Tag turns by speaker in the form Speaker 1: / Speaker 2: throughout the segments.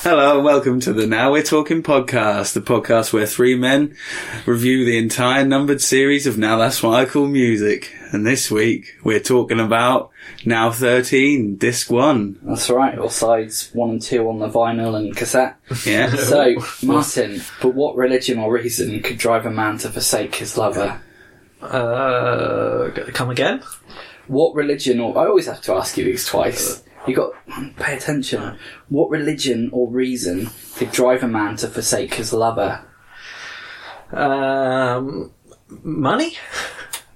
Speaker 1: Hello and welcome to the Now We're Talking podcast, the podcast where three men review the entire numbered series of Now That's What I Call Music. And this week we're talking about Now 13, Disc 1.
Speaker 2: That's right, or sides one and two on the vinyl and cassette.
Speaker 1: Yeah.
Speaker 2: So, Martin, but what religion or reason could drive a man to forsake his lover?
Speaker 3: Uh, g- come again?
Speaker 2: What religion or. I always have to ask you these twice. You got. Pay attention. What religion or reason could drive a man to forsake his lover?
Speaker 3: Um, money?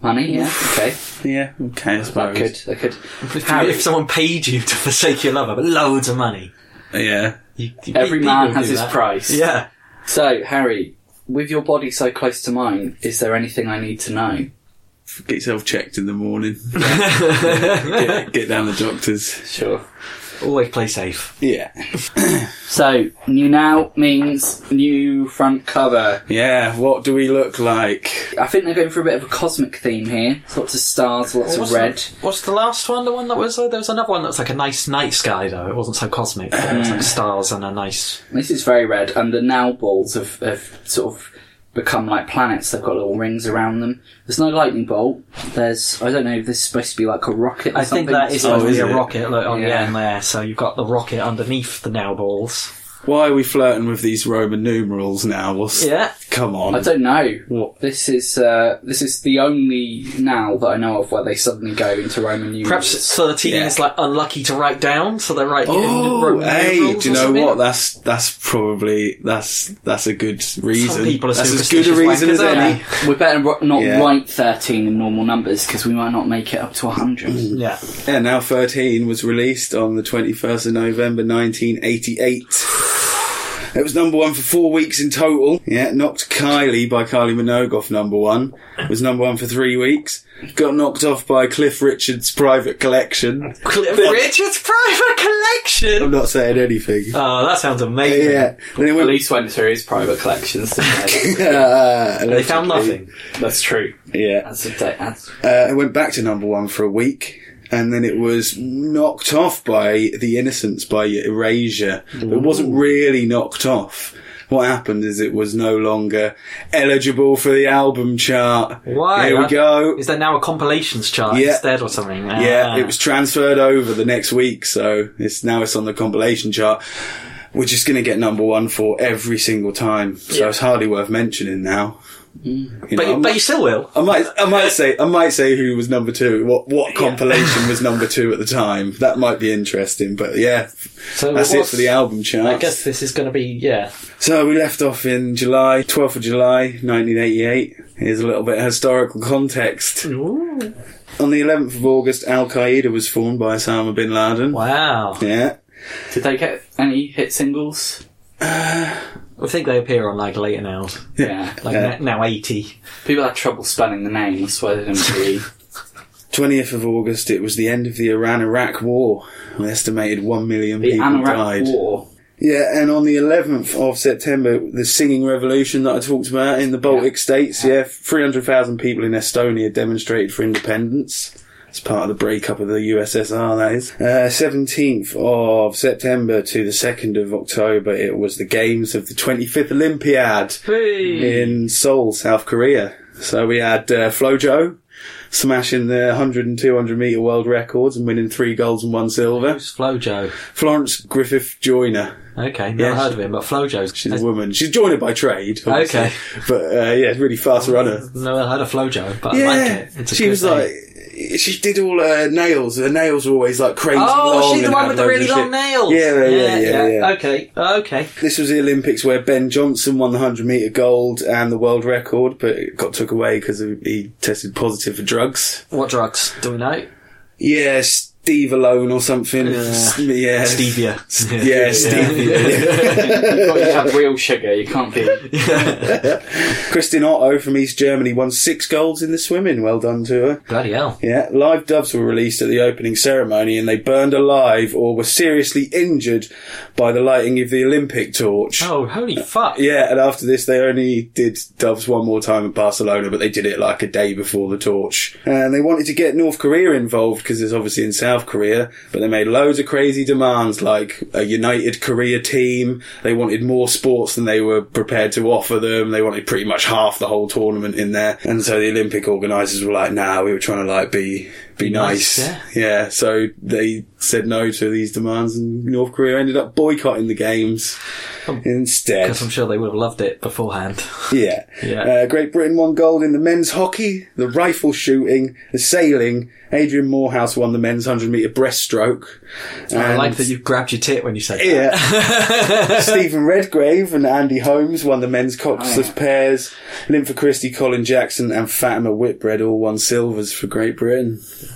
Speaker 2: Money, yeah, okay.
Speaker 1: yeah, okay, I
Speaker 2: That
Speaker 1: suppose.
Speaker 2: could, that could.
Speaker 3: If,
Speaker 2: Harry.
Speaker 3: if someone paid you to forsake your lover, but loads of money.
Speaker 1: Yeah.
Speaker 3: You, you-
Speaker 2: Every
Speaker 3: people
Speaker 2: man
Speaker 3: do
Speaker 2: has his
Speaker 3: that.
Speaker 2: price.
Speaker 3: Yeah.
Speaker 2: So, Harry, with your body so close to mine, is there anything I need to know?
Speaker 1: Get yourself checked in the morning. get, get down the doctors.
Speaker 2: Sure.
Speaker 3: Always play safe.
Speaker 1: Yeah.
Speaker 2: So, new now means new front cover.
Speaker 1: Yeah, what do we look like?
Speaker 2: I think they're going for a bit of a cosmic theme here. There's lots of stars, lots of red.
Speaker 3: The, what's the last one? The one that was uh, there was another one that was like a nice night sky though. It wasn't so cosmic. It was like stars and a nice.
Speaker 2: This is very red, and the now balls have, have sort of become like planets. They've got little rings around them. There's no lightning bolt. There's, I don't know if this is supposed to be like a rocket or
Speaker 3: I
Speaker 2: something.
Speaker 3: think that is
Speaker 1: Oh,
Speaker 3: supposed to
Speaker 1: is
Speaker 3: be a
Speaker 1: it?
Speaker 3: rocket like, on the
Speaker 2: Yeah.
Speaker 3: end there. So you've got the rocket underneath the now balls.
Speaker 1: Why are we flirting with these Roman numerals now? What's,
Speaker 3: Yeah.
Speaker 1: Come on.
Speaker 2: I don't know.
Speaker 1: What?
Speaker 2: This is uh, this is the only now that I know of where they suddenly go into Roman numerals.
Speaker 3: Perhaps it's thirteen is like unlucky to write down, so they're writing. in
Speaker 1: Oh,
Speaker 3: Roman
Speaker 1: hey,
Speaker 3: numerals
Speaker 1: do you
Speaker 3: or
Speaker 1: know
Speaker 3: something.
Speaker 1: what? That's that's probably that's that's a good reason.
Speaker 3: people are
Speaker 1: that's as good
Speaker 3: superstitious
Speaker 1: a reason
Speaker 3: wankers,
Speaker 1: as
Speaker 3: aren't
Speaker 1: any.
Speaker 3: they?
Speaker 2: we better ro- not
Speaker 1: Yeah.
Speaker 2: write thirteen in normal numbers because we might not make it up to hundred.
Speaker 3: Yeah.
Speaker 1: Yeah, now thirteen was released on the twenty first of November, nineteen eighty eight. It was number one for four weeks in total. Yeah, knocked Kylie by Kylie Minogue off number one. Was number one for three weeks. Got knocked off by Cliff Richard's Private Collection.
Speaker 3: Cliff Richard's private collection.
Speaker 1: I'm not saying anything.
Speaker 3: Oh, that sounds amazing.
Speaker 1: yeah, then it went.
Speaker 2: Police went through his private collections. didn't
Speaker 1: Uh,
Speaker 3: They found nothing.
Speaker 2: they? That's true.
Speaker 1: Yeah,
Speaker 2: That's a da- that's
Speaker 1: Uh, it went back to number one for a week, and then it was knocked off by The Innocents by Erasure. But it wasn't really knocked off. What happened is it was no longer eligible for the album chart.
Speaker 3: Why?
Speaker 1: Here we
Speaker 3: That-
Speaker 1: go.
Speaker 3: Is there now a compilations chart
Speaker 1: Yeah.
Speaker 3: instead or something?
Speaker 1: Yeah,
Speaker 3: Ah.
Speaker 1: it was transferred over the next week, so it's now it's on the compilation chart. We're just going to get number one for every single time, so
Speaker 3: Yeah. Mm.
Speaker 1: it's hardly worth mentioning now. You know,
Speaker 3: But,
Speaker 1: I'm
Speaker 3: but you still will.
Speaker 1: I might, I might say, I might say who was number two. What, what compilation was number two at the time? That might be interesting. But yeah,
Speaker 3: So
Speaker 1: that's it
Speaker 3: what's-
Speaker 1: for the album
Speaker 3: I
Speaker 1: chart.
Speaker 3: guess this is going to be yeah.
Speaker 1: So we left off in July, 12th of July, 1988. Here's a little bit of historical context. On the 11th of August, Al Qaeda was formed by Osama bin Laden.
Speaker 3: Wow.
Speaker 1: Yeah,
Speaker 2: Did they get any hit singles?
Speaker 3: I think they appear on like later now,
Speaker 2: Yeah.
Speaker 3: like
Speaker 1: Yeah.
Speaker 3: na- now eighty.
Speaker 2: People had trouble spelling the name, that's why they didn't really.
Speaker 1: 20th of August. It was the end of the Iran-Iraq War. An estimated one million
Speaker 2: The
Speaker 1: people
Speaker 2: Anorak
Speaker 1: died.
Speaker 2: War.
Speaker 1: Yeah, and on the 11th of September, the singing revolution that I talked about in the Baltic states, yeah, 300,000 people in Estonia demonstrated for independence. It's part of the breakup of the USSR, that is. Uh, 17th of September to the 2nd of October, it was the games of the 25th Olympiad
Speaker 3: Hmm.
Speaker 1: in Seoul, South Korea. So we had uh, Flojo smashing the 100 and 200 metre world records and winning three golds and one silver.
Speaker 3: Who's Flojo?
Speaker 1: Florence Griffith Joyner.
Speaker 3: Okay, never
Speaker 1: Yeah,
Speaker 3: heard of him, but Flojo's.
Speaker 1: She's a woman. She's joined by trade. obviously.
Speaker 3: Okay.
Speaker 1: But uh, yeah, really fast runner.
Speaker 3: Never heard of Flojo, but
Speaker 1: Yeah.
Speaker 3: I like it. It's a
Speaker 1: she
Speaker 3: good
Speaker 1: was
Speaker 3: name.
Speaker 1: like, she did all her nails. Her nails were always like crazy long.
Speaker 3: Oh, she's the
Speaker 1: and
Speaker 3: one
Speaker 1: had
Speaker 3: with the
Speaker 1: loads
Speaker 3: really
Speaker 1: of
Speaker 3: long
Speaker 1: shit.
Speaker 3: nails.
Speaker 1: Yeah, yeah, yeah, yeah.
Speaker 3: Okay, okay.
Speaker 1: This was the Olympics where Ben Johnson won the 100 metre gold and the world record, but it got took away because he tested positive for drugs.
Speaker 3: What drugs do we know?
Speaker 1: Yes, Steve alone or something.
Speaker 3: Yeah.
Speaker 1: S- yeah.
Speaker 3: Stevia.
Speaker 1: Yeah, Stevia.
Speaker 2: You've got to have real sugar. You can't be.
Speaker 1: Kristin Otto from East Germany won six golds in the swimming. Well done to her.
Speaker 3: Bloody hell.
Speaker 1: Yeah, live doves were released at the opening ceremony and they burned alive or were seriously injured by the lighting of the Olympic torch.
Speaker 3: Oh, holy fuck.
Speaker 1: Yeah, and after this, they only did doves one more time at Barcelona, but they did it like a day before the torch. And they wanted to get North Korea involved because it's obviously in South Korea, but they made loads of crazy demands like a united Korea team. They wanted more sports than they were prepared to offer them. They wanted pretty much half the whole tournament in there. And so the Olympic organisers were like, nah, we were trying to like be, be nice.
Speaker 3: nice, yeah.
Speaker 1: yeah, so they said no to these demands and North Korea ended up boycotting the games instead.
Speaker 3: Because I'm sure they would have loved it beforehand.
Speaker 1: Yeah.
Speaker 3: Yeah.
Speaker 1: Uh, Great Britain won gold in the men's hockey, the rifle shooting, the sailing. Adrian Morehouse won the men's 100 metre breaststroke.
Speaker 3: I
Speaker 1: And-
Speaker 3: like that you grabbed your tit when you said that.
Speaker 1: Yeah. Stephen Redgrave and Andy Holmes won the men's
Speaker 3: Oh,
Speaker 1: coxless pairs. Linford Christie, Colin Jackson, and Fatima Whitbread all won silvers for Great Britain.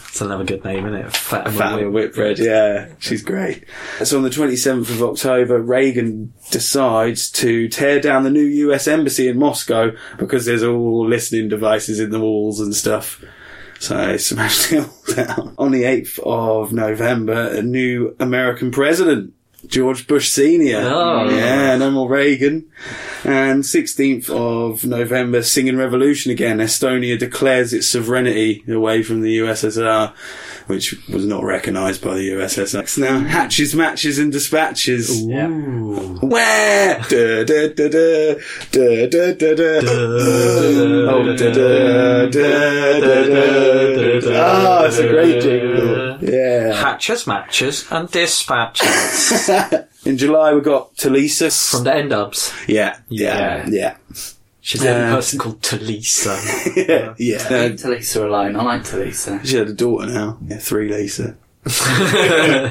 Speaker 3: It's another good name, isn't it? Fat and
Speaker 1: Fatima
Speaker 3: Whip-
Speaker 1: Whitbread, yeah, she's great. So on the 27th of October, Reagan decides to tear down the new US embassy in Moscow because there's all listening devices in the walls and stuff. So they smashed it all down. On the 8th of November, a new American president, George Bush Sr.
Speaker 3: Oh.
Speaker 1: Yeah, no more Reagan. And 16th of November, singing revolution again. Estonia declares its sovereignty away from the USSR, which was not recognised by the USSR. Now, hatches, matches and dispatches.
Speaker 3: Ooh.
Speaker 1: Where? Da, da, da, da, da, da, da, da. Oh, da, da, da, da, da, da. Ah, it's a great jingle. Yeah.
Speaker 3: Hatches, matches, and dispatches.
Speaker 1: In July, we got Talisa.
Speaker 3: From the end ups.
Speaker 1: Yeah, yeah, yeah,
Speaker 3: She's the
Speaker 1: Yeah.
Speaker 3: only person called Talisa.
Speaker 1: yeah. yeah.
Speaker 2: Leave Talisa alone. I like Talisa.
Speaker 1: She had a daughter now. Yeah, three Lisa. uh,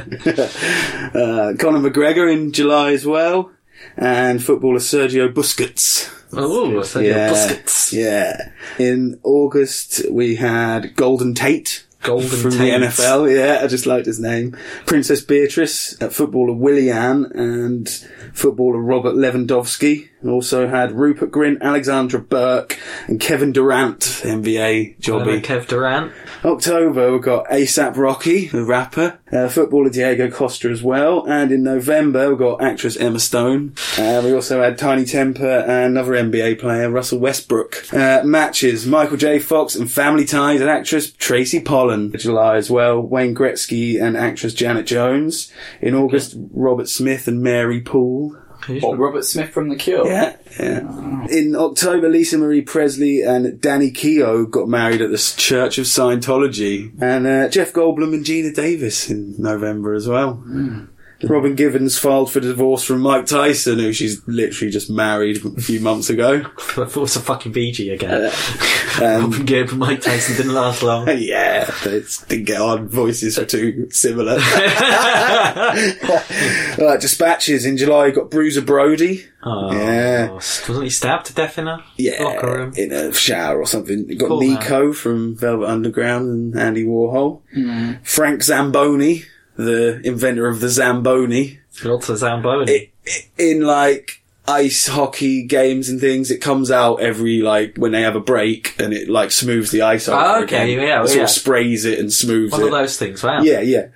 Speaker 1: Conor McGregor in July as well. And footballer Sergio Busquets.
Speaker 3: Ooh, so yeah. biscuits.
Speaker 1: Yeah. In August, we had Golden Tate.
Speaker 3: Golden
Speaker 1: from
Speaker 3: Tate.
Speaker 1: the NFL, yeah, I just liked his name. Princess Beatrice, uh, footballer Willian, and footballer Robert Lewandowski. And Also had Rupert Grint, Alexandra Burke, and Kevin Durant, NBA
Speaker 3: Remember
Speaker 1: jobby.
Speaker 3: Kev Durant.
Speaker 1: October, we've got ASAP Rocky, the rapper, uh, footballer Diego Costa as well, and in November, we've got actress Emma Stone. Uh, we also had Tiny Temper and another NBA player, Russell Westbrook. Uh, matches, Michael J. Fox and Family Ties, and actress Tracy Pollan. July as well, Wayne Gretzky and actress Janet Jones. In August, Robert Smith and Mary Poole.
Speaker 2: What, Robert Smith from The Cure?
Speaker 1: Yeah, yeah. In October, Lisa Marie Presley and Danny Keogh got married at the S- Church of Scientology, and uh, Jeff Goldblum and Gina Davis in November as well. Robin Givens filed for divorce from Mike Tyson, who she's literally just married a few months ago.
Speaker 3: I thought it was a fucking BG again.
Speaker 1: Um,
Speaker 3: Open game for Mike Tyson didn't last long.
Speaker 1: yeah, they just didn't get on. Voices were too similar. Right, dispatches in July got Bruiser Brody.
Speaker 3: Oh,
Speaker 1: Yeah.
Speaker 3: Wasn't he stabbed to death in a
Speaker 1: yeah,
Speaker 3: locker room?
Speaker 1: in a shower or something. You got
Speaker 3: Cool, man.
Speaker 1: Nico from Velvet Underground and Andy Warhol.
Speaker 3: Mm.
Speaker 1: Frank Zamboni, the inventor of the Zamboni,
Speaker 3: Lots of Zamboni.
Speaker 1: it, it, in like ice hockey games and things. It comes out every like when they have a break and it like smooths the ice. over
Speaker 3: Ah, okay,
Speaker 1: again.
Speaker 3: yeah,
Speaker 1: It sort
Speaker 3: yeah.
Speaker 1: of sprays it and smooths
Speaker 3: One
Speaker 1: it.
Speaker 3: of those things, wow.
Speaker 1: Yeah, yeah.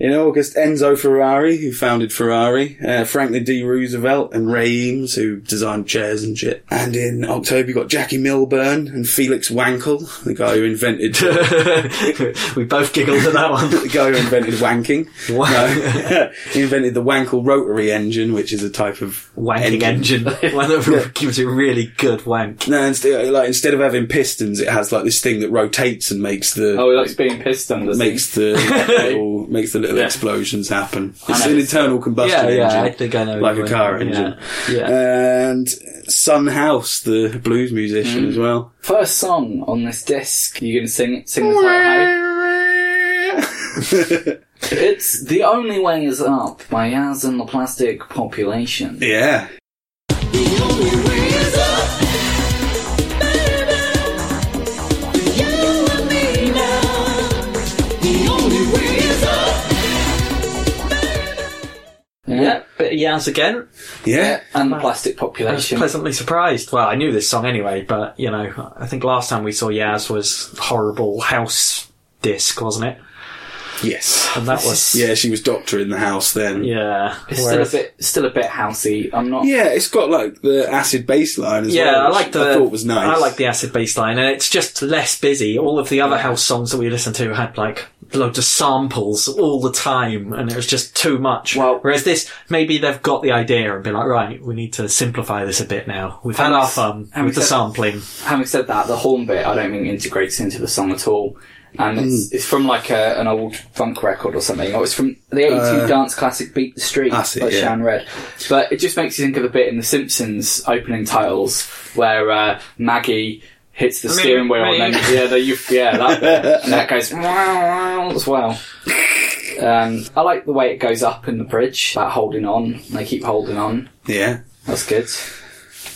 Speaker 1: In August, Enzo Ferrari, who founded Ferrari, uh, Franklin D. Roosevelt, and Ray Eames, who designed chairs and shit. And in October, you got Jackie Milburn and Felix Wankel, the guy who invented the
Speaker 3: we both giggled at that one.
Speaker 1: guy who invented wanking.
Speaker 3: Wa-
Speaker 1: No, he invented the Wankel rotary engine, which is a type of
Speaker 3: Wanking engine. One that gives you a really good wank.
Speaker 1: No, instead, like instead of having pistons, it has like this thing that rotates and makes the
Speaker 2: Oh, he likes being pissed on, doesn't he?
Speaker 1: makes the little, makes the little explosions happen. It's
Speaker 2: know.
Speaker 1: an internal combustion
Speaker 3: Yeah, yeah,
Speaker 1: engine,
Speaker 3: I think I know
Speaker 1: like a
Speaker 3: what-
Speaker 1: car
Speaker 3: yeah,
Speaker 1: engine.
Speaker 3: yeah.
Speaker 1: and Son House, the blues musician
Speaker 3: Mm.
Speaker 1: as well.
Speaker 2: First song on this disc, you're going to sing, sing this out loud. It's The Only Way Is Up by Yaz and the Plastic Population.
Speaker 1: yeah,
Speaker 4: The only way
Speaker 1: Uh,
Speaker 3: Yaz again.
Speaker 1: Yeah.
Speaker 2: and the plastic
Speaker 3: I was
Speaker 2: population.
Speaker 3: pleasantly surprised. Well, I knew this song anyway, but you know, I think last time we saw Yaz was horrible house disc, wasn't it?
Speaker 1: Yes.
Speaker 3: And that was
Speaker 1: Yeah, she was doctor in the house then.
Speaker 3: yeah.
Speaker 2: It's
Speaker 3: whereas-
Speaker 2: still a bit, still a bit housey. I'm not.
Speaker 1: Yeah, it's got like the acid bass line as well.
Speaker 3: Yeah, I
Speaker 1: which
Speaker 3: like the.
Speaker 1: I thought was nice.
Speaker 3: I like the acid bass line, and it's just less busy. All of the other house songs that we listened to had like loads of samples all the time, and it was just too much.
Speaker 2: Well-
Speaker 3: Whereas this, maybe they've got the idea and been like, right, we need to simplify this a bit now. We've had
Speaker 2: And
Speaker 3: our
Speaker 2: it's-
Speaker 3: fun
Speaker 2: and
Speaker 3: with the
Speaker 2: it's-
Speaker 3: sampling.
Speaker 2: Having said that, the horn bit I don't think integrates into the song at all, and it's,
Speaker 1: Hmm.
Speaker 2: it's from like a, an old funk record or something. Or it's from the '82
Speaker 1: Uh,
Speaker 2: dance classic "Beat the Street"
Speaker 1: that's it,
Speaker 2: by
Speaker 1: yeah.
Speaker 2: Shan Red. But it just makes you think of the bit in The Simpsons opening titles where uh, Maggie hits the steering wheel and then yeah, the, you, yeah, that bit. and that goes "Wow, wow" as well. Um, I like the way it goes up in the bridge, that holding on. They keep holding on.
Speaker 1: Yeah.
Speaker 2: That's good.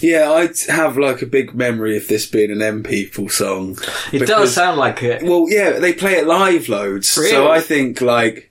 Speaker 1: Yeah, I t- have like a big memory of this being an M People song.
Speaker 3: It does sound like it.
Speaker 1: Well, yeah, they play it live loads.
Speaker 3: Really?
Speaker 1: So I think like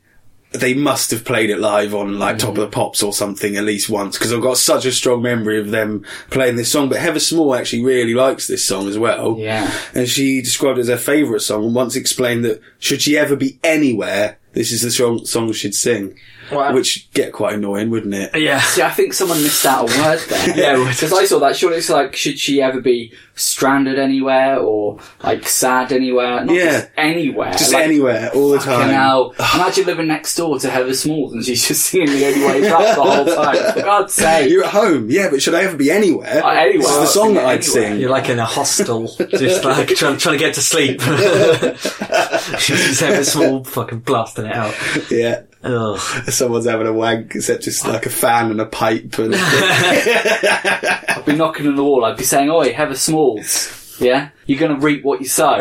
Speaker 1: they must have played it live on like
Speaker 2: Mm-hmm.
Speaker 1: Top of the Pops or something at least once because I've got such a strong memory of them playing this song. But Heather Small actually really likes this song as well.
Speaker 2: Yeah.
Speaker 1: And she described it as her favourite song and once explained that should she ever be anywhere, this is the song, song she'd sing.
Speaker 3: Wow.
Speaker 1: Which get quite annoying, wouldn't it?
Speaker 3: Yeah.
Speaker 2: See, I think someone missed out a word there.
Speaker 3: Yeah, we-
Speaker 2: because I saw that. Surely it's like, should she ever be stranded anywhere or like sad anywhere? Not
Speaker 1: Yeah.
Speaker 2: just anywhere.
Speaker 1: Just
Speaker 2: like,
Speaker 1: anywhere, all the time.
Speaker 2: fucking hell. Imagine living next door to Heather Smalls and she's just singing the only way back the whole time. For God's sake.
Speaker 1: You're at home, yeah, but should I ever be anywhere?
Speaker 2: Uh, anywhere.
Speaker 1: This is the song that I'd
Speaker 2: Anywhere.
Speaker 1: sing.
Speaker 3: You're like in a hostel, just like trying, trying to get to sleep. just have a small fucking blasting it out.
Speaker 1: Yeah.
Speaker 3: Ugh.
Speaker 1: someone's having a wank, except just like a fan and a pipe. And
Speaker 2: I'd be knocking on the wall. I'd be saying, "Oi, Heather Smalls, yeah, you're going to reap what you sow."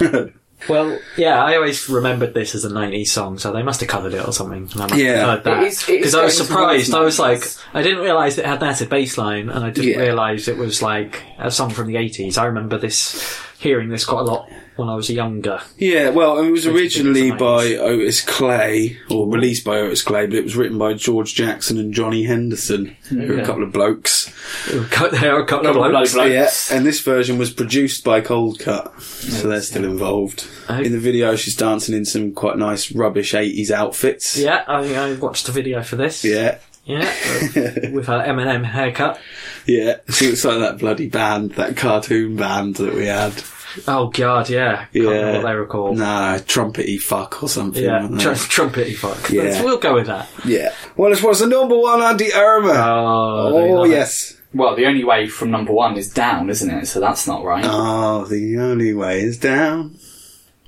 Speaker 3: Well, yeah, I always remembered this as a 90s song, so they must have covered it or something. And I must
Speaker 1: Yeah.
Speaker 3: have heard that.
Speaker 2: It is- it is
Speaker 3: Because I was
Speaker 2: going
Speaker 3: surprised. I
Speaker 2: towards
Speaker 3: was like,
Speaker 2: 90s.
Speaker 3: I didn't realise it had that acid bass line, and I didn't
Speaker 1: Yeah.
Speaker 3: realise it was like a song from the 80s. I remember this, hearing this quite a lot when I was younger.
Speaker 1: yeah, well, it was originally
Speaker 3: Nice.
Speaker 1: by Otis Clay, or released by Otis Clay, but it was written by George Jackson and Johnny Henderson, who are a couple of blokes.
Speaker 3: There were a couple of
Speaker 2: Couple of
Speaker 3: blokes.
Speaker 2: blokes.
Speaker 1: Yeah, and this version was produced by Cold Cut, so they're still involved.
Speaker 3: Oh.
Speaker 1: In the video, she's dancing in some quite nice rubbish '80s outfits.
Speaker 3: Yeah, I, I watched a video for this.
Speaker 1: Yeah,
Speaker 3: Yeah. uh, with her Eminem haircut.
Speaker 1: yeah. She looks like that bloody band, that cartoon band that we had.
Speaker 3: Oh god, yeah. Can't remember
Speaker 1: Yeah.
Speaker 3: what they were called.
Speaker 1: Nah, trumpety fuck or something.
Speaker 3: Yeah,
Speaker 1: weren't they?
Speaker 3: tr- trumpety fuck.
Speaker 1: Yeah.
Speaker 3: Let's- We'll go with that.
Speaker 1: Yeah. Well, it was the number one Andy Irma.
Speaker 3: Oh, there you
Speaker 1: Uh, oh
Speaker 3: are.
Speaker 1: yes.
Speaker 2: well, the only way from number one is down, isn't it? So that's not right.
Speaker 1: Oh, the only way is down.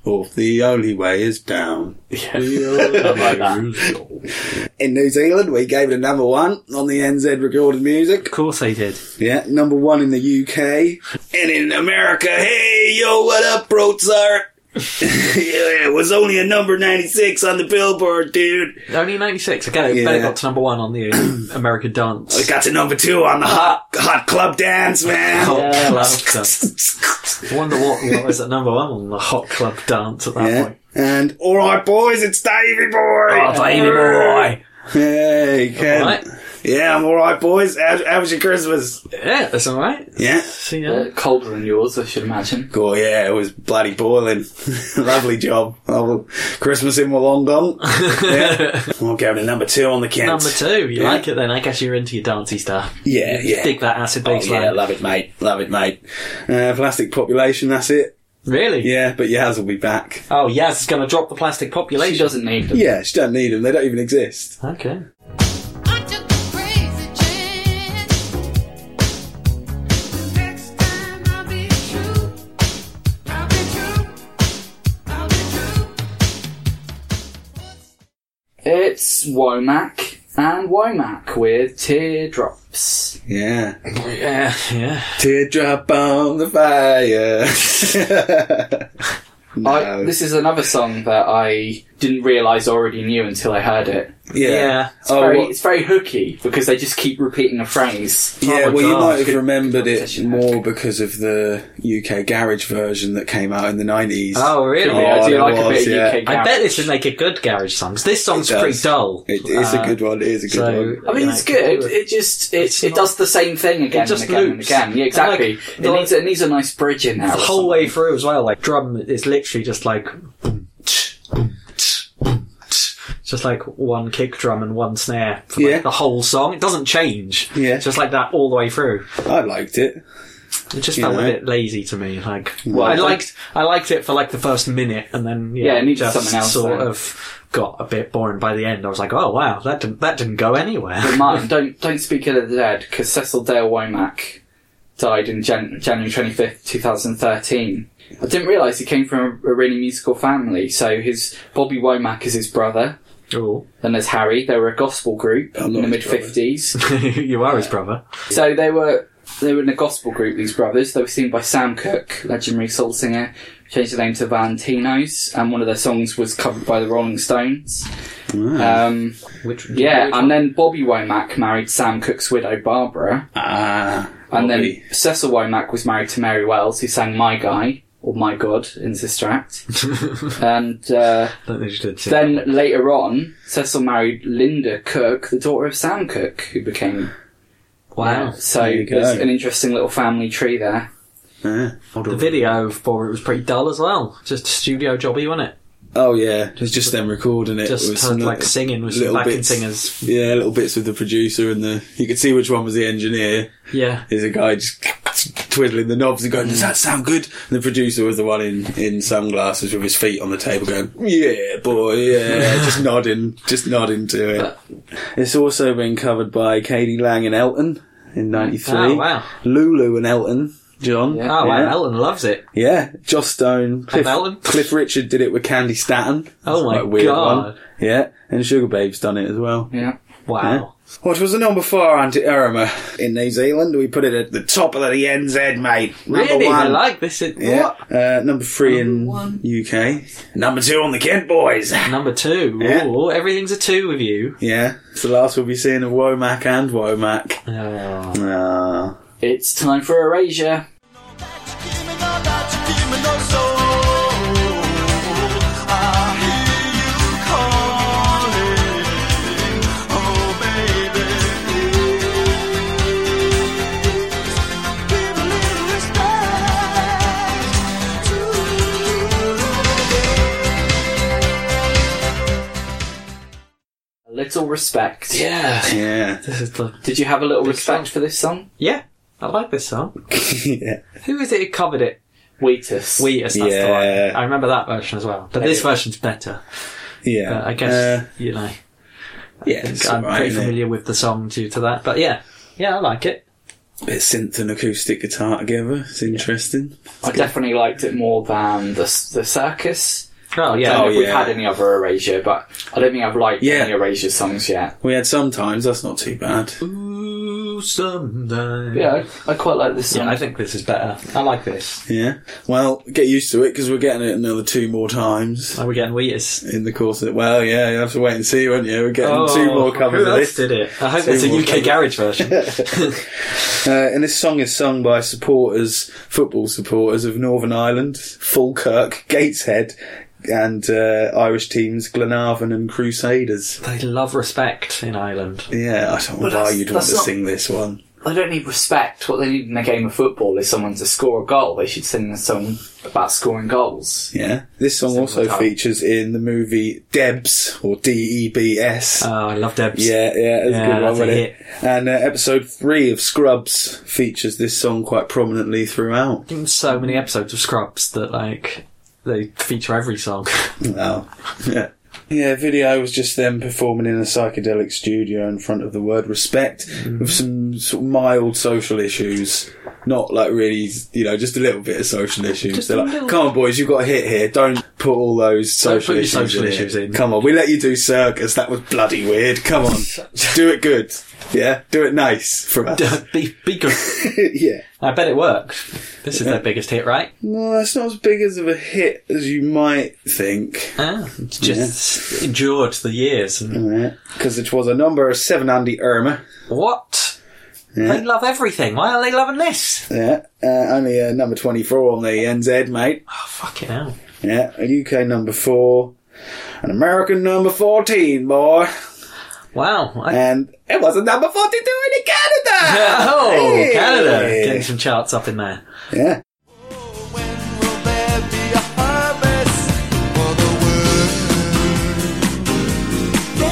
Speaker 1: Or the only way is down.
Speaker 2: Not like that.
Speaker 1: In New Zealand, we gave it a number one on the NZ recorded music.
Speaker 3: Of course they did.
Speaker 1: Yeah, number one in the UK. And in America, hey, yo, what up, Brozart? yeah, it was only a number 96 on the Billboard, dude.
Speaker 3: Only 96. Okay, yeah. better
Speaker 1: Yeah.
Speaker 3: got to number one on the American
Speaker 1: It
Speaker 3: dance.
Speaker 1: got to number two on the hot, hot club dance, man.
Speaker 3: Hot club dance. I wonder what, what was at number one on the hot club dance at that
Speaker 1: Yeah.
Speaker 3: point.
Speaker 1: And all right, boys, it's Davey Boy.
Speaker 3: Oh,
Speaker 1: Uh,
Speaker 3: baby boy!
Speaker 1: Hey, Ken.
Speaker 3: Alright.
Speaker 1: Yeah, I'm all right, boys. How, how was your Christmas?
Speaker 3: Yeah, that's alright.
Speaker 1: Yeah.
Speaker 3: See
Speaker 2: Uh,
Speaker 3: ya.
Speaker 2: colder than yours, I should imagine.
Speaker 1: Cool. Yeah, it was bloody boiling. Lovely job. Oh, Christmas in Wollongong. Yeah. We'll go to number two on the Kent.
Speaker 3: Number two, you
Speaker 1: Yeah.
Speaker 3: like it then? I guess you're into your dancey stuff.
Speaker 1: Yeah, yeah.
Speaker 3: Dig that acid
Speaker 1: Oh,
Speaker 3: bass
Speaker 1: yeah,
Speaker 3: line.
Speaker 1: love it, mate. Love it, mate. Uh, plastic population. That's it.
Speaker 3: Really?
Speaker 1: Yeah, but Yaz will be back.
Speaker 3: Oh, Yaz is going to drop the plastic
Speaker 2: She
Speaker 3: population.
Speaker 2: doesn't need them.
Speaker 1: Yeah, she don't need them. They don't even exist.
Speaker 3: Okay.
Speaker 4: I took a crazy chance. Next time I'll be true. I'll be true. I'll be true.
Speaker 2: It's Womack and Womack with teardrops.
Speaker 1: Yeah.
Speaker 3: Yeah, yeah.
Speaker 1: Teardrop on the fire. no.
Speaker 2: I, this is another song that I didn't realise already knew until I heard it.
Speaker 1: Yeah.
Speaker 3: Yeah.
Speaker 2: It's,
Speaker 1: Oh,
Speaker 2: very,
Speaker 1: what-
Speaker 2: it's very hooky because they just keep repeating a phrase.
Speaker 1: yeah,
Speaker 3: Oh my
Speaker 1: well, you
Speaker 3: God.
Speaker 1: might have remembered it
Speaker 2: competition.
Speaker 1: more because of the UK garage version that came out in the 90s.
Speaker 3: Oh, really?
Speaker 1: Oh,
Speaker 2: I do
Speaker 1: there
Speaker 2: like a
Speaker 1: was,
Speaker 2: bit of
Speaker 1: yeah.
Speaker 2: UK
Speaker 3: I bet
Speaker 2: garage.
Speaker 3: this would make a good garage song. 'cause This song's
Speaker 1: It does.
Speaker 3: pretty dull.
Speaker 1: It is
Speaker 3: Uh,
Speaker 1: a good one. It is a good
Speaker 3: so-
Speaker 1: one.
Speaker 2: I mean,
Speaker 3: you
Speaker 2: it's
Speaker 3: know,
Speaker 2: good.
Speaker 3: it-
Speaker 2: It just it,
Speaker 3: it's
Speaker 2: it
Speaker 3: not-
Speaker 2: does the same thing again
Speaker 3: just
Speaker 2: and again
Speaker 3: loops.
Speaker 2: and again. Yeah, exactly.
Speaker 3: Like,
Speaker 2: it
Speaker 3: the-
Speaker 2: needs it needs a nice bridge in there.
Speaker 3: The
Speaker 2: or
Speaker 3: whole way
Speaker 2: something.
Speaker 3: through as well, like drum is literally just like boom, tch, boom, tch, boom, tch. It's just like one kick drum and one snare for like
Speaker 1: Yeah.
Speaker 3: the whole song. It doesn't change.
Speaker 1: Yeah.
Speaker 3: It's just like that all the way through.
Speaker 1: I liked it.
Speaker 3: It just
Speaker 1: You
Speaker 3: felt a
Speaker 1: know.
Speaker 3: bit lazy to me. Like
Speaker 1: Well,
Speaker 3: I
Speaker 2: like-
Speaker 3: liked I liked it for like the first minute, and then yeah,
Speaker 2: Yeah, it needed
Speaker 3: just
Speaker 2: something else
Speaker 3: sort
Speaker 2: then.
Speaker 3: of got a bit boring by the end. I was like, oh wow, that didn't that didn't go anywhere.
Speaker 2: But Martin, don't don't speak ill of the dead because Cecil Dale Womack died in Jan- January twenty fifth, two thousand thirteen. I didn't realise he came from a, a really musical family. So his Bobby Womack is his brother,
Speaker 3: Ooh.
Speaker 2: and there's Harry. They were a gospel group
Speaker 1: I'm
Speaker 2: in
Speaker 1: not
Speaker 2: the mid
Speaker 1: his brother.
Speaker 2: fifties.
Speaker 3: you are his brother.
Speaker 2: So they were they were in a gospel group. These brothers. They were seen by Sam Cooke, legendary soul singer. Changed their name to Valentinos, and one of their songs was covered by the Rolling Stones. Um,
Speaker 3: Which
Speaker 2: yeah, and then Bobby Womack married Sam Cooke's widow Barbara,
Speaker 1: Ah.
Speaker 2: and
Speaker 1: lovely.
Speaker 2: then Cecil Womack was married to Mary Wells, who sang "My Guy" or "My God" in Sister Act. and uh,
Speaker 3: Don't think she did too.
Speaker 2: then later on, Cecil married Linda Cook, the daughter of Sam Cook, who became
Speaker 3: wow.
Speaker 2: So
Speaker 1: There you go.
Speaker 2: there's an interesting little family tree there.
Speaker 1: Yeah.
Speaker 3: The video for it was pretty dull as well. Just a studio jobby, wasn't it?
Speaker 1: Oh yeah, it was just them recording it.
Speaker 3: Just
Speaker 1: it was
Speaker 3: her,
Speaker 1: some
Speaker 3: like
Speaker 1: little-
Speaker 3: singing with some
Speaker 1: little
Speaker 3: backing
Speaker 1: bits.
Speaker 3: singers.
Speaker 1: Yeah, little bits with the producer and the. You could see which one was the engineer.
Speaker 3: Yeah.
Speaker 1: There's a guy just twiddling the knobs and going, "Does that sound good?" And the producer was the one in in sunglasses with his feet on the table, going, "Yeah, boy, yeah," just nodding, just nodding to it. Uh, It's also been covered by Katie Lang and Elton in '93.
Speaker 3: Oh wow.
Speaker 1: Lulu and Elton. John,
Speaker 2: Yeah.
Speaker 3: Oh wow.
Speaker 1: Yeah.
Speaker 3: Elton loves it.
Speaker 1: yeah, Joss Stone, Cliff,
Speaker 3: Elton?
Speaker 1: Cliff Richard did it with Candy Staton.
Speaker 3: Oh my
Speaker 1: Quite a weird
Speaker 3: god.
Speaker 1: one. Yeah, and Sugar Babe's done it as well.
Speaker 2: Yeah.
Speaker 3: Wow.
Speaker 1: What was the number four anti Irma in New Zealand? We put it at the top of the NZ, mate. Number
Speaker 3: Really? I
Speaker 1: one.
Speaker 3: like this. It,
Speaker 1: yeah. Uh, number three in
Speaker 2: Number
Speaker 1: UK. Number two on the Kent Boys.
Speaker 3: Number two.
Speaker 1: Yeah.
Speaker 3: Ooh, everything's a two with you.
Speaker 1: Yeah, it's the last we'll be seeing of Womack and Womack.
Speaker 3: Oh.
Speaker 1: Ah.
Speaker 2: It's time for Erasure. A little respect.
Speaker 3: Yeah.
Speaker 1: Yeah.
Speaker 3: This is the.
Speaker 2: Did you have a little
Speaker 3: Big
Speaker 2: respect
Speaker 3: song.
Speaker 2: for this song?
Speaker 3: Yeah. I like this song.
Speaker 1: yeah.
Speaker 3: Who is it who covered it?
Speaker 2: Wheatus.
Speaker 3: Wheatus, that's the
Speaker 1: Yeah.
Speaker 3: one. I remember that version as well. But this
Speaker 2: Anyway.
Speaker 3: version's better.
Speaker 1: Yeah.
Speaker 3: But I guess,
Speaker 1: Uh,
Speaker 3: you know,
Speaker 1: yeah,
Speaker 3: I think
Speaker 1: it's
Speaker 3: I'm
Speaker 1: alright,
Speaker 3: pretty
Speaker 1: isn't it?
Speaker 3: familiar with the song due to that. But yeah. Yeah, I like it.
Speaker 1: Bit of synth and acoustic guitar together. It's interesting.
Speaker 2: I definitely liked it more than the the circus.
Speaker 3: Oh,
Speaker 2: I
Speaker 3: yeah.
Speaker 2: don't know
Speaker 1: Oh,
Speaker 2: if we've
Speaker 1: yeah.
Speaker 2: had any other Erasure, but I don't think I've liked
Speaker 1: Yeah.
Speaker 2: any Erasure songs yet.
Speaker 1: We had sometimes. That's not too bad.
Speaker 3: Ooh, someday.
Speaker 2: But yeah, I, I quite like this song.
Speaker 3: Yeah, I think this is better. I like this.
Speaker 1: Yeah. Well, get used to it because we're getting it another two more times
Speaker 3: Are we getting Wheatus?
Speaker 1: in the course of. Well, yeah, you have to wait and see, won't you? We're getting two more covers
Speaker 3: Oh, Who
Speaker 1: of this.
Speaker 3: else did it? I hope it's a
Speaker 1: more
Speaker 3: UK
Speaker 1: covers.
Speaker 3: garage version.
Speaker 1: Uh, and this song is sung by supporters, football supporters of Northern Ireland, Falkirk, Gateshead, and uh, Irish teams Glenarvan and Crusaders.
Speaker 3: they love respect in Ireland.
Speaker 1: Yeah, I don't know why
Speaker 2: that's-
Speaker 1: you'd want
Speaker 2: that's
Speaker 1: to
Speaker 2: not-
Speaker 1: sing this one.
Speaker 2: they don't need respect. What they need in a game of football is someone to score a goal. They should sing a song about scoring goals.
Speaker 1: Yeah. This song also
Speaker 2: time.
Speaker 1: features in the movie Debs, or D E B S.
Speaker 3: Oh, I love Debs.
Speaker 1: Yeah, yeah, that's
Speaker 3: Yeah,
Speaker 1: a good
Speaker 3: that's
Speaker 1: one,
Speaker 3: a
Speaker 1: wasn't
Speaker 3: hit.
Speaker 1: it? And uh, episode three of Scrubs features this song quite prominently throughout.
Speaker 3: So many episodes of Scrubs that like they feature every song.
Speaker 1: Wow. yeah. Yeah, video was just them performing in a psychedelic studio in front of the word respect
Speaker 3: Mm.
Speaker 1: with some sort of mild social issues. Not like really, you know, just a little bit of social issues. They're like, come on, boys, you've got a hit here. Don't put all those social,
Speaker 3: put your
Speaker 1: issues,
Speaker 3: social
Speaker 1: in, it.
Speaker 3: issues in.
Speaker 1: Come on, we let you do circus. That was bloody weird. Come on, do it good. Yeah, do it nice for us.
Speaker 3: be, be good.
Speaker 1: yeah.
Speaker 3: I bet it worked. This is their biggest hit, right?
Speaker 1: No, that's not as big as of a hit as you might think.
Speaker 3: Ah, it's just endured the years.
Speaker 1: Mm.
Speaker 3: And
Speaker 1: Because it was a number seven Andy Irma.
Speaker 3: what? They love everything. Why are they loving this?
Speaker 1: Yeah, uh, only uh, number 24 on the NZ, mate.
Speaker 3: Oh, fucking hell.
Speaker 1: Yeah, a UK number four, an American number 14, boy.
Speaker 3: Wow. I,
Speaker 1: And it was a number 42 in Canada!
Speaker 3: oh,
Speaker 1: Hey!
Speaker 3: Canada. Getting some charts up in there.
Speaker 1: Yeah.
Speaker 5: When will there be a harvest for the world?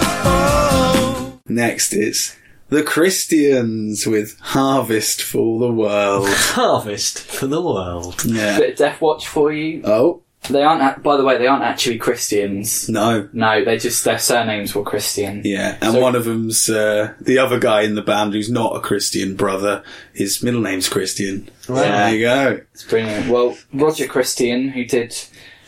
Speaker 5: Oh.
Speaker 1: Next is The Christians with Harvest for the World.
Speaker 3: Harvest for the world.
Speaker 1: Yeah.
Speaker 2: Bit of Death Watch for you.
Speaker 1: Oh,
Speaker 2: They aren't. ac- By the way, they aren't actually Christians.
Speaker 1: no.
Speaker 2: No, they just their surnames were Christian.
Speaker 1: Yeah, and
Speaker 2: So-
Speaker 1: one of them's uh, the other guy in the band who's not a Christian brother. His middle name's Christian. There you go.
Speaker 2: It's brilliant. Well, Roger Christian, who did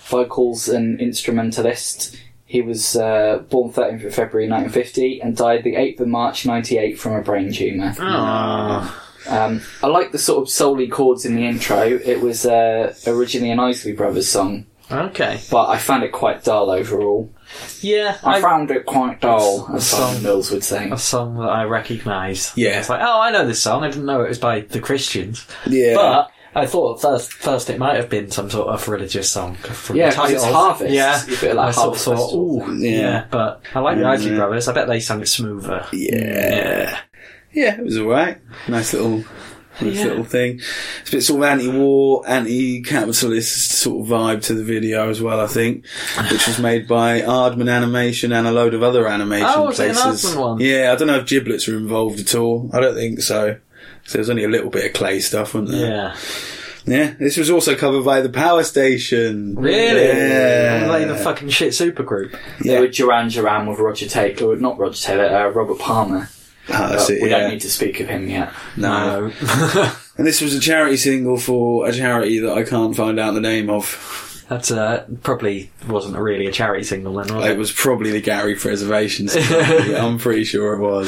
Speaker 2: vocals and instrumentalist, he was uh, born 13th of February 1950 and died the 8th of March 98 from a brain tumour.
Speaker 3: Ah,
Speaker 2: Um, I like the sort of solely chords in the intro. It was uh, originally an Isley Brothers song,
Speaker 3: okay.
Speaker 2: but I found it quite dull overall.
Speaker 3: Yeah,
Speaker 2: I,
Speaker 3: I,
Speaker 2: found it quite dull, as
Speaker 3: Song.
Speaker 2: Simon Mills would say.
Speaker 3: a song that I recognise.
Speaker 1: Yeah.
Speaker 3: It's like, oh, I know this song. I didn't know it was by the Christians.
Speaker 1: Yeah.
Speaker 3: But I thought at first, first it might have been some sort of religious song from
Speaker 2: Yeah,
Speaker 3: the
Speaker 2: 'cause
Speaker 3: title.
Speaker 2: it's Harvest.
Speaker 3: Yeah,
Speaker 2: It's a bit like
Speaker 3: I sort of
Speaker 2: Harvest
Speaker 3: thought,
Speaker 2: Festival.
Speaker 3: ooh,
Speaker 1: Yeah.
Speaker 3: yeah. But I like the
Speaker 1: Yeah.
Speaker 3: Isley Brothers. I bet they sang it smoother.
Speaker 1: Yeah. Yeah, it was alright. Nice little nice
Speaker 3: Yeah.
Speaker 1: little thing. It's a bit sort of anti war, anti capitalist sort of vibe to the video as well, I think. Which was made by Aardman Animation and a load of other animation
Speaker 3: Oh, was it an
Speaker 1: places.
Speaker 3: Aardman one?
Speaker 1: Yeah, I don't know if giblets are involved at all. I don't think so. So there's only a little bit of clay stuff, wasn't there?
Speaker 3: Yeah.
Speaker 1: Yeah. This was also covered by the Power Station.
Speaker 3: Really?
Speaker 1: Yeah.
Speaker 3: Like the fucking shit supergroup.
Speaker 2: They
Speaker 1: yeah.
Speaker 2: were Duran Duran with Roger Taylor, not Roger Taylor, uh, Robert Palmer.
Speaker 1: Ah, that's
Speaker 2: but
Speaker 1: it,
Speaker 2: we
Speaker 1: yeah.
Speaker 2: don't need to speak of him yet.
Speaker 1: no. And this was a charity single for a charity that I can't find out the name of.
Speaker 3: That's uh, probably wasn't really a charity single then, was
Speaker 1: It
Speaker 3: it?
Speaker 1: was probably the Gary Preservation Society. I'm pretty sure it was.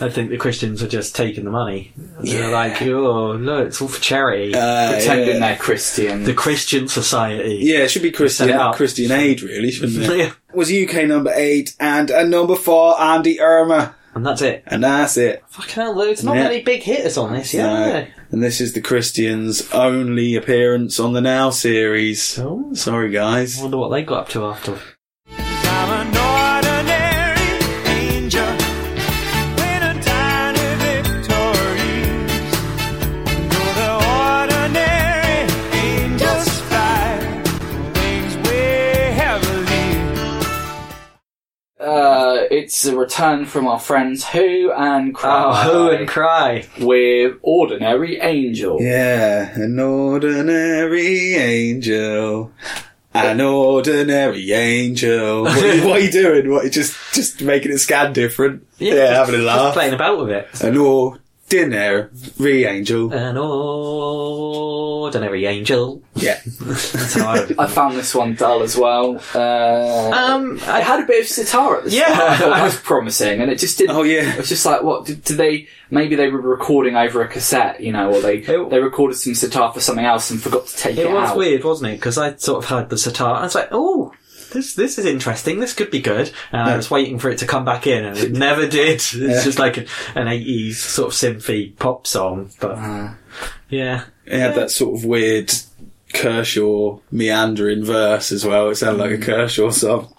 Speaker 3: I think the Christians were just taking the money.
Speaker 1: Yeah.
Speaker 3: They're like, oh, no, it's all for charity.
Speaker 1: Uh,
Speaker 2: Pretending
Speaker 1: yeah.
Speaker 2: they're Christian.
Speaker 3: the Christian Society.
Speaker 1: Yeah, it should be Christian,
Speaker 3: Set it up.
Speaker 1: Christian Aid, really, shouldn't it?
Speaker 3: Yeah.
Speaker 1: was UK number eight and a number four, Andy Irma.
Speaker 3: And that's it.
Speaker 1: And that's it.
Speaker 3: Fucking hell, there's not
Speaker 1: Yeah.
Speaker 3: many big hitters on this, yeah.
Speaker 1: No.
Speaker 3: there?
Speaker 1: And this is the Christians' only appearance on the Now series.
Speaker 3: Oh.
Speaker 1: Sorry, guys.
Speaker 3: I wonder what they got up to after.
Speaker 5: I'm an ordinary angel in a tiny victory. Though the ordinary angels fly, wings weigh heavily.
Speaker 2: Uh, it's a return from our friends Who
Speaker 1: Ah,
Speaker 2: and Cry.
Speaker 3: Oh, and cry.
Speaker 2: We're Ordinary Angel.
Speaker 1: Yeah, an ordinary angel. An ordinary angel. What are you, what are you doing? What, just just making it scan different. Yeah,
Speaker 3: just-
Speaker 1: having a
Speaker 3: Just
Speaker 1: laugh.
Speaker 3: playing about with it.
Speaker 1: An ordinary angel.
Speaker 3: An ordinary angel.
Speaker 1: Yeah.
Speaker 3: That's how I would.
Speaker 2: I found this one dull as well. Uh,
Speaker 3: um,
Speaker 2: I
Speaker 3: I,
Speaker 2: had a bit of sitar at the
Speaker 3: Yeah.
Speaker 2: start. I thought that was promising, and it just didn't.
Speaker 1: Oh, yeah.
Speaker 2: It was just like, what? Did, did they? Maybe they were recording over a cassette, you know, or they
Speaker 3: It-
Speaker 2: they recorded some sitar for something else and forgot to take it,
Speaker 3: it was
Speaker 2: out.
Speaker 3: weird, wasn't it? Because I sort of heard the sitar. I was like, oh, this this is interesting. This could be good. And I was waiting for it to come back in, and it never did. It's just like an, an 80s sort of synthy pop song. But yeah,
Speaker 1: It had that sort of weird Kershaw meandering verse as well. It sounded
Speaker 3: Mm.
Speaker 1: like a Kershaw song.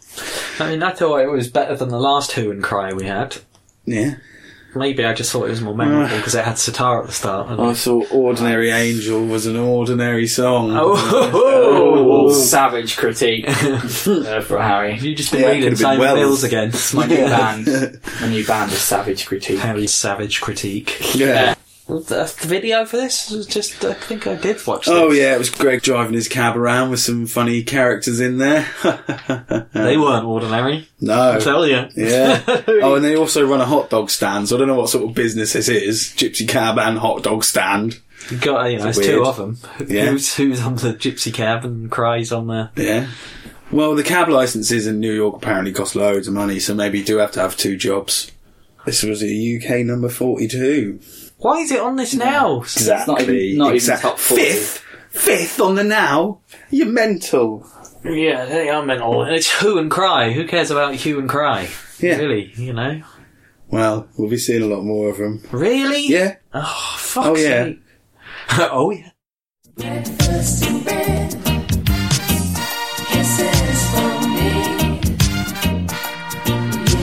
Speaker 3: I mean, I thought it was better than the last Who and Cry we had.
Speaker 1: Yeah.
Speaker 3: Maybe I just thought it was more
Speaker 1: Ah.
Speaker 3: memorable because it had sitar at the start. And
Speaker 1: I thought Ordinary Angel was an ordinary song.
Speaker 2: Oh,
Speaker 3: Oh,
Speaker 2: savage critique uh, for Harry.
Speaker 3: have you just been
Speaker 1: oh. Yeah, it could
Speaker 3: reading
Speaker 1: have been
Speaker 3: Simon
Speaker 1: Wells.
Speaker 3: Mills again?
Speaker 2: My new band, my new band is Savage Critique.
Speaker 3: Harry's savage critique.
Speaker 1: Yeah.
Speaker 3: a video for this? Just I think I did watch. This.
Speaker 1: Oh yeah, it was Greg driving his cab around with some funny characters in there.
Speaker 3: they weren't ordinary. I
Speaker 1: no.
Speaker 3: tell you.
Speaker 1: Oh. Yeah. Oh, and they also run a hot dog stand. So I don't know what sort of business this is. Gypsy cab and hot dog stand.
Speaker 3: You got you know,
Speaker 1: It's
Speaker 3: it's two
Speaker 1: weird.
Speaker 3: of them.
Speaker 1: Yeah.
Speaker 3: Who's who's on the gypsy cab and cries on the
Speaker 1: Yeah. Well, the cab licenses in New York apparently cost loads of money, so maybe you do have to have two jobs. This was a UK number 42.
Speaker 3: Why is it on this now?
Speaker 1: Exactly.
Speaker 2: not even- not even
Speaker 1: Exact-
Speaker 2: top 40.
Speaker 1: Fifth. Fifth on the now. You're mental.
Speaker 3: Yeah, they are mental. And it's Who and Cry. Who cares about Hue and Cry?
Speaker 1: Yeah.
Speaker 3: Really, you know?
Speaker 1: Well, we'll be seeing a lot more of them.
Speaker 3: Really?
Speaker 1: Yeah.
Speaker 3: Oh, fuck.
Speaker 1: Oh, yeah.
Speaker 3: oh, yeah.
Speaker 6: Breakfast in bed, kisses for me. You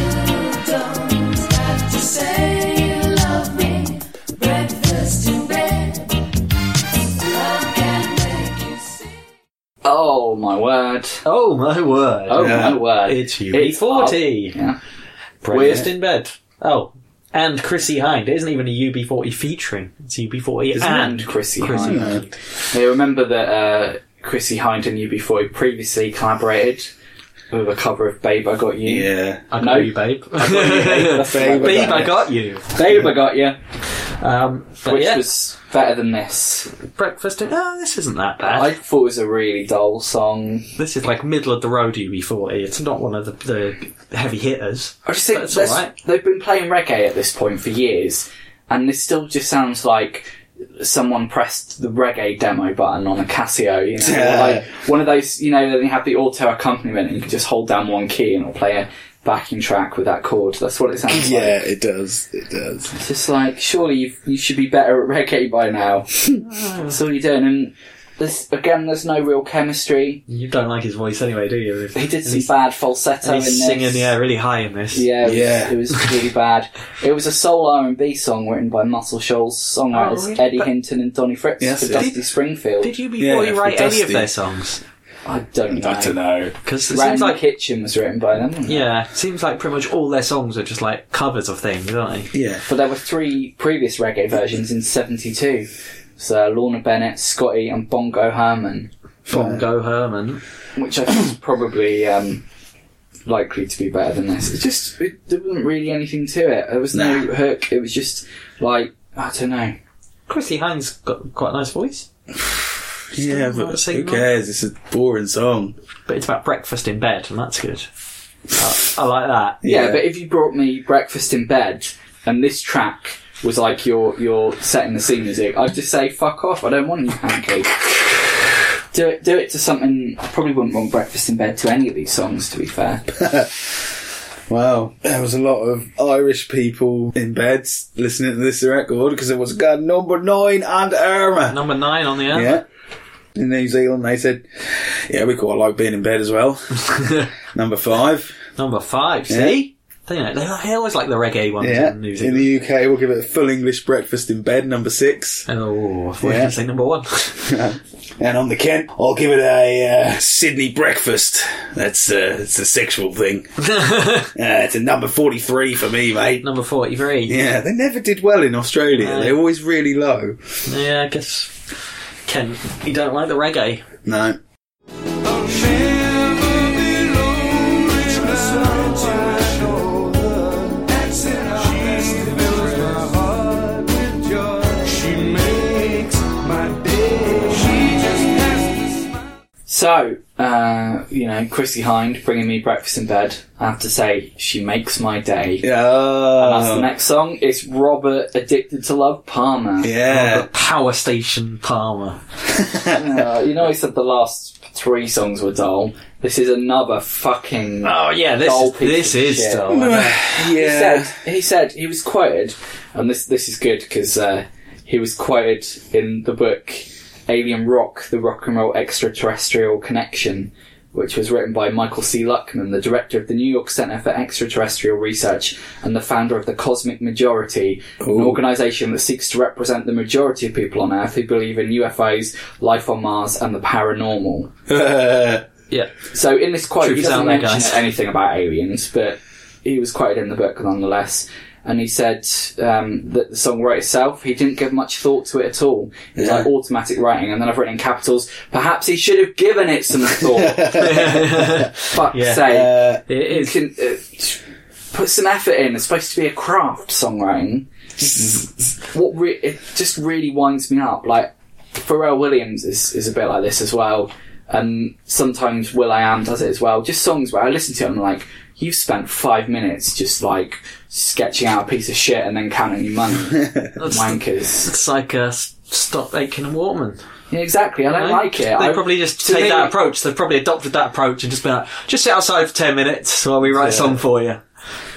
Speaker 6: don't have to say you love me. Breakfast in bed, love can make you see.
Speaker 2: Oh my word!
Speaker 3: Oh, my word. Oh,
Speaker 2: Oh
Speaker 1: Yeah.
Speaker 2: my word!
Speaker 3: It's UB40.
Speaker 2: yeah.
Speaker 3: Breakfast in bed. Oh. And Chrissy Hind. It isn't even a UB40 featuring. It's UB40 and
Speaker 2: and Chrissy,
Speaker 3: Chrissy
Speaker 2: Hynde.
Speaker 1: Hind.
Speaker 2: They remember that uh, Chrissy Hind and UB40 previously collaborated with a cover of Babe I Got You.
Speaker 1: Yeah.
Speaker 3: I got
Speaker 2: No.
Speaker 3: you, babe.
Speaker 1: Babe, I
Speaker 3: babe,
Speaker 1: got
Speaker 3: I
Speaker 1: you.
Speaker 3: got you.
Speaker 2: Babe I Got You,
Speaker 3: Um, but
Speaker 2: which
Speaker 3: yeah,
Speaker 2: was better than this.
Speaker 3: breakfast. In- oh, this isn't that bad.
Speaker 2: I thought it was a really dull song.
Speaker 3: this is like middle of the road UB40. It's not one of the, the heavy hitters.
Speaker 2: I just think
Speaker 3: That's
Speaker 2: that's-
Speaker 3: alright.
Speaker 2: they've been playing reggae at this point for years, and this still just sounds like someone pressed the reggae demo button on a Casio. You know,
Speaker 1: Yeah.
Speaker 2: like one of those. You know, then you have the auto accompaniment, and you can just hold down one key and it'll play a backing track with that chord. That's what it sounds like.
Speaker 1: Yeah, it does. It does.
Speaker 2: It's just like surely you you should be better at reggae by now. that's all you're doing, and. There's, again, there's no real chemistry.
Speaker 3: You don't like his voice anyway, do you?
Speaker 2: He did
Speaker 3: And
Speaker 2: some
Speaker 3: he's-
Speaker 2: bad falsetto
Speaker 3: and
Speaker 2: in
Speaker 3: he's
Speaker 2: this.
Speaker 3: singing, yeah, really high in this.
Speaker 2: Yeah, it was,
Speaker 1: Yeah.
Speaker 2: it was really bad. It was a soul R and B song written by Muscle Shoals songwriters
Speaker 3: Oh, really?
Speaker 2: Eddie
Speaker 3: But-
Speaker 2: Hinton and Donny Fritz
Speaker 1: Yes,
Speaker 2: for
Speaker 1: it is.
Speaker 2: Dusty Springfield.
Speaker 3: Did you
Speaker 1: Yeah,
Speaker 3: before
Speaker 1: for
Speaker 3: you write any of
Speaker 1: Dusty.
Speaker 3: their songs?
Speaker 2: I don't know.
Speaker 1: I don't know.
Speaker 3: Because it
Speaker 2: Rat in
Speaker 3: seems
Speaker 2: the
Speaker 3: like
Speaker 2: Kitchen was written by them. wasn't it?
Speaker 3: yeah, it seems like pretty much all their songs are just like covers of things, aren't they?
Speaker 1: Yeah.
Speaker 2: But there were three previous reggae versions in '72. So Lorna Bennett, Scotty, and Bongo Herman,
Speaker 1: Uh,
Speaker 3: Bongo Herman.
Speaker 2: which I think is probably um, likely to be better than this. It just it, there wasn't really anything to it. There was no
Speaker 1: Nah.
Speaker 2: hook. It was just like I don't know.
Speaker 3: Chrissy Hines got quite a nice voice,
Speaker 1: Yeah,
Speaker 3: I'll
Speaker 1: but
Speaker 3: sing
Speaker 1: who
Speaker 3: that.
Speaker 1: cares? It's a boring song.
Speaker 3: but it's about breakfast in bed, and that's good. I, I like that.
Speaker 2: Yeah,
Speaker 1: Yeah.
Speaker 2: but if you brought me breakfast in bed and this track was like your your setting the scene music, I'd just say fuck off. I don't want any pancakes. Do it, do it to something. I probably wouldn't want breakfast in bed to any of these songs. To be fair,
Speaker 1: Wow. There was a lot of Irish people in beds listening to this record because it was got number nine and Irma.
Speaker 3: Number nine on the air.
Speaker 1: Yeah. In New Zealand, they said, yeah, we quite like being in bed as well. number five.
Speaker 3: Number five.
Speaker 1: Yeah.
Speaker 3: See, they, they, they always like the reggae ones
Speaker 1: Yeah.
Speaker 3: in
Speaker 1: In
Speaker 3: New Zealand.
Speaker 1: the UK, we'll give it a full English breakfast in bed, number six.
Speaker 3: Oh, I thought you were
Speaker 1: Yeah.
Speaker 3: gonna say number one.
Speaker 1: And on the Kent, I'll give it a uh, Sydney breakfast. That's uh, it's a sexual thing. Uh, it's a number 43 for me, mate.
Speaker 3: number forty-three.
Speaker 1: Yeah, they never did well in Australia.
Speaker 3: No.
Speaker 1: They're always really low.
Speaker 3: Yeah, I guess Ken, you don't like the reggae.
Speaker 1: No.
Speaker 5: I'll never be lonely tonight. I know that she fills my heart with joy. She makes my day. She just has to smile.
Speaker 2: so uh, you know, Chrissy Hind bringing me breakfast in bed. I have to say, she makes my day.
Speaker 1: Yeah.
Speaker 2: That's
Speaker 1: Uh,
Speaker 2: the
Speaker 1: Oh.
Speaker 2: next song. It's Robert Addicted to Love Palmer.
Speaker 1: yeah.
Speaker 3: But Power Station Palmer.
Speaker 2: Uh, you know, I said the last three songs were dull. This is another fucking.
Speaker 3: Oh yeah, this
Speaker 2: Dull
Speaker 3: is,
Speaker 2: piece
Speaker 3: this
Speaker 2: of
Speaker 3: is
Speaker 2: shit.
Speaker 3: dull.
Speaker 2: He
Speaker 1: yeah.
Speaker 2: said he said he was quoted, and this this is good because uh, he was quoted in the book Alien Rock: The Rock and Roll Extraterrestrial Connection, which was written by Michael C. Luckman, the director of the New York Center for Extraterrestrial Research and the founder of the Cosmic Majority, an
Speaker 1: Ooh.
Speaker 2: organization that seeks to represent the majority of people on Earth who believe in UFOs, life on Mars, and the paranormal.
Speaker 3: Yeah,
Speaker 2: So in this quote,
Speaker 3: Truth
Speaker 2: he
Speaker 3: is out
Speaker 2: doesn't
Speaker 3: there,
Speaker 2: mention
Speaker 3: guys.
Speaker 2: anything about aliens, but he was quoted in the book nonetheless. and he said um, that the song wrote itself. He didn't give much thought to it at all. It was
Speaker 1: Yeah.
Speaker 2: like automatic writing, and then I've written in capitals. Perhaps he should have given it some thought. Fuck's
Speaker 3: Yeah.
Speaker 2: sake!
Speaker 1: Uh,
Speaker 3: It
Speaker 2: you
Speaker 3: is.
Speaker 2: can uh, put some effort in. It's supposed to be a craft songwriting. What re- it just really winds me up. Like Pharrell Williams is, is a bit like this as well, and sometimes Will I Am does it as well. Just songs where I listen to it and I'm like, you've spent five minutes just like sketching out a piece of shit and then counting your money, wankers.
Speaker 3: It's like uh, S- Stop Aiken and Waterman.
Speaker 2: Yeah, exactly. I don't like it.
Speaker 3: They
Speaker 2: I,
Speaker 3: probably just
Speaker 2: to
Speaker 3: take
Speaker 2: me-
Speaker 3: that approach. They've probably adopted that approach and just been like, just sit outside for 10 minutes while we write a song for you.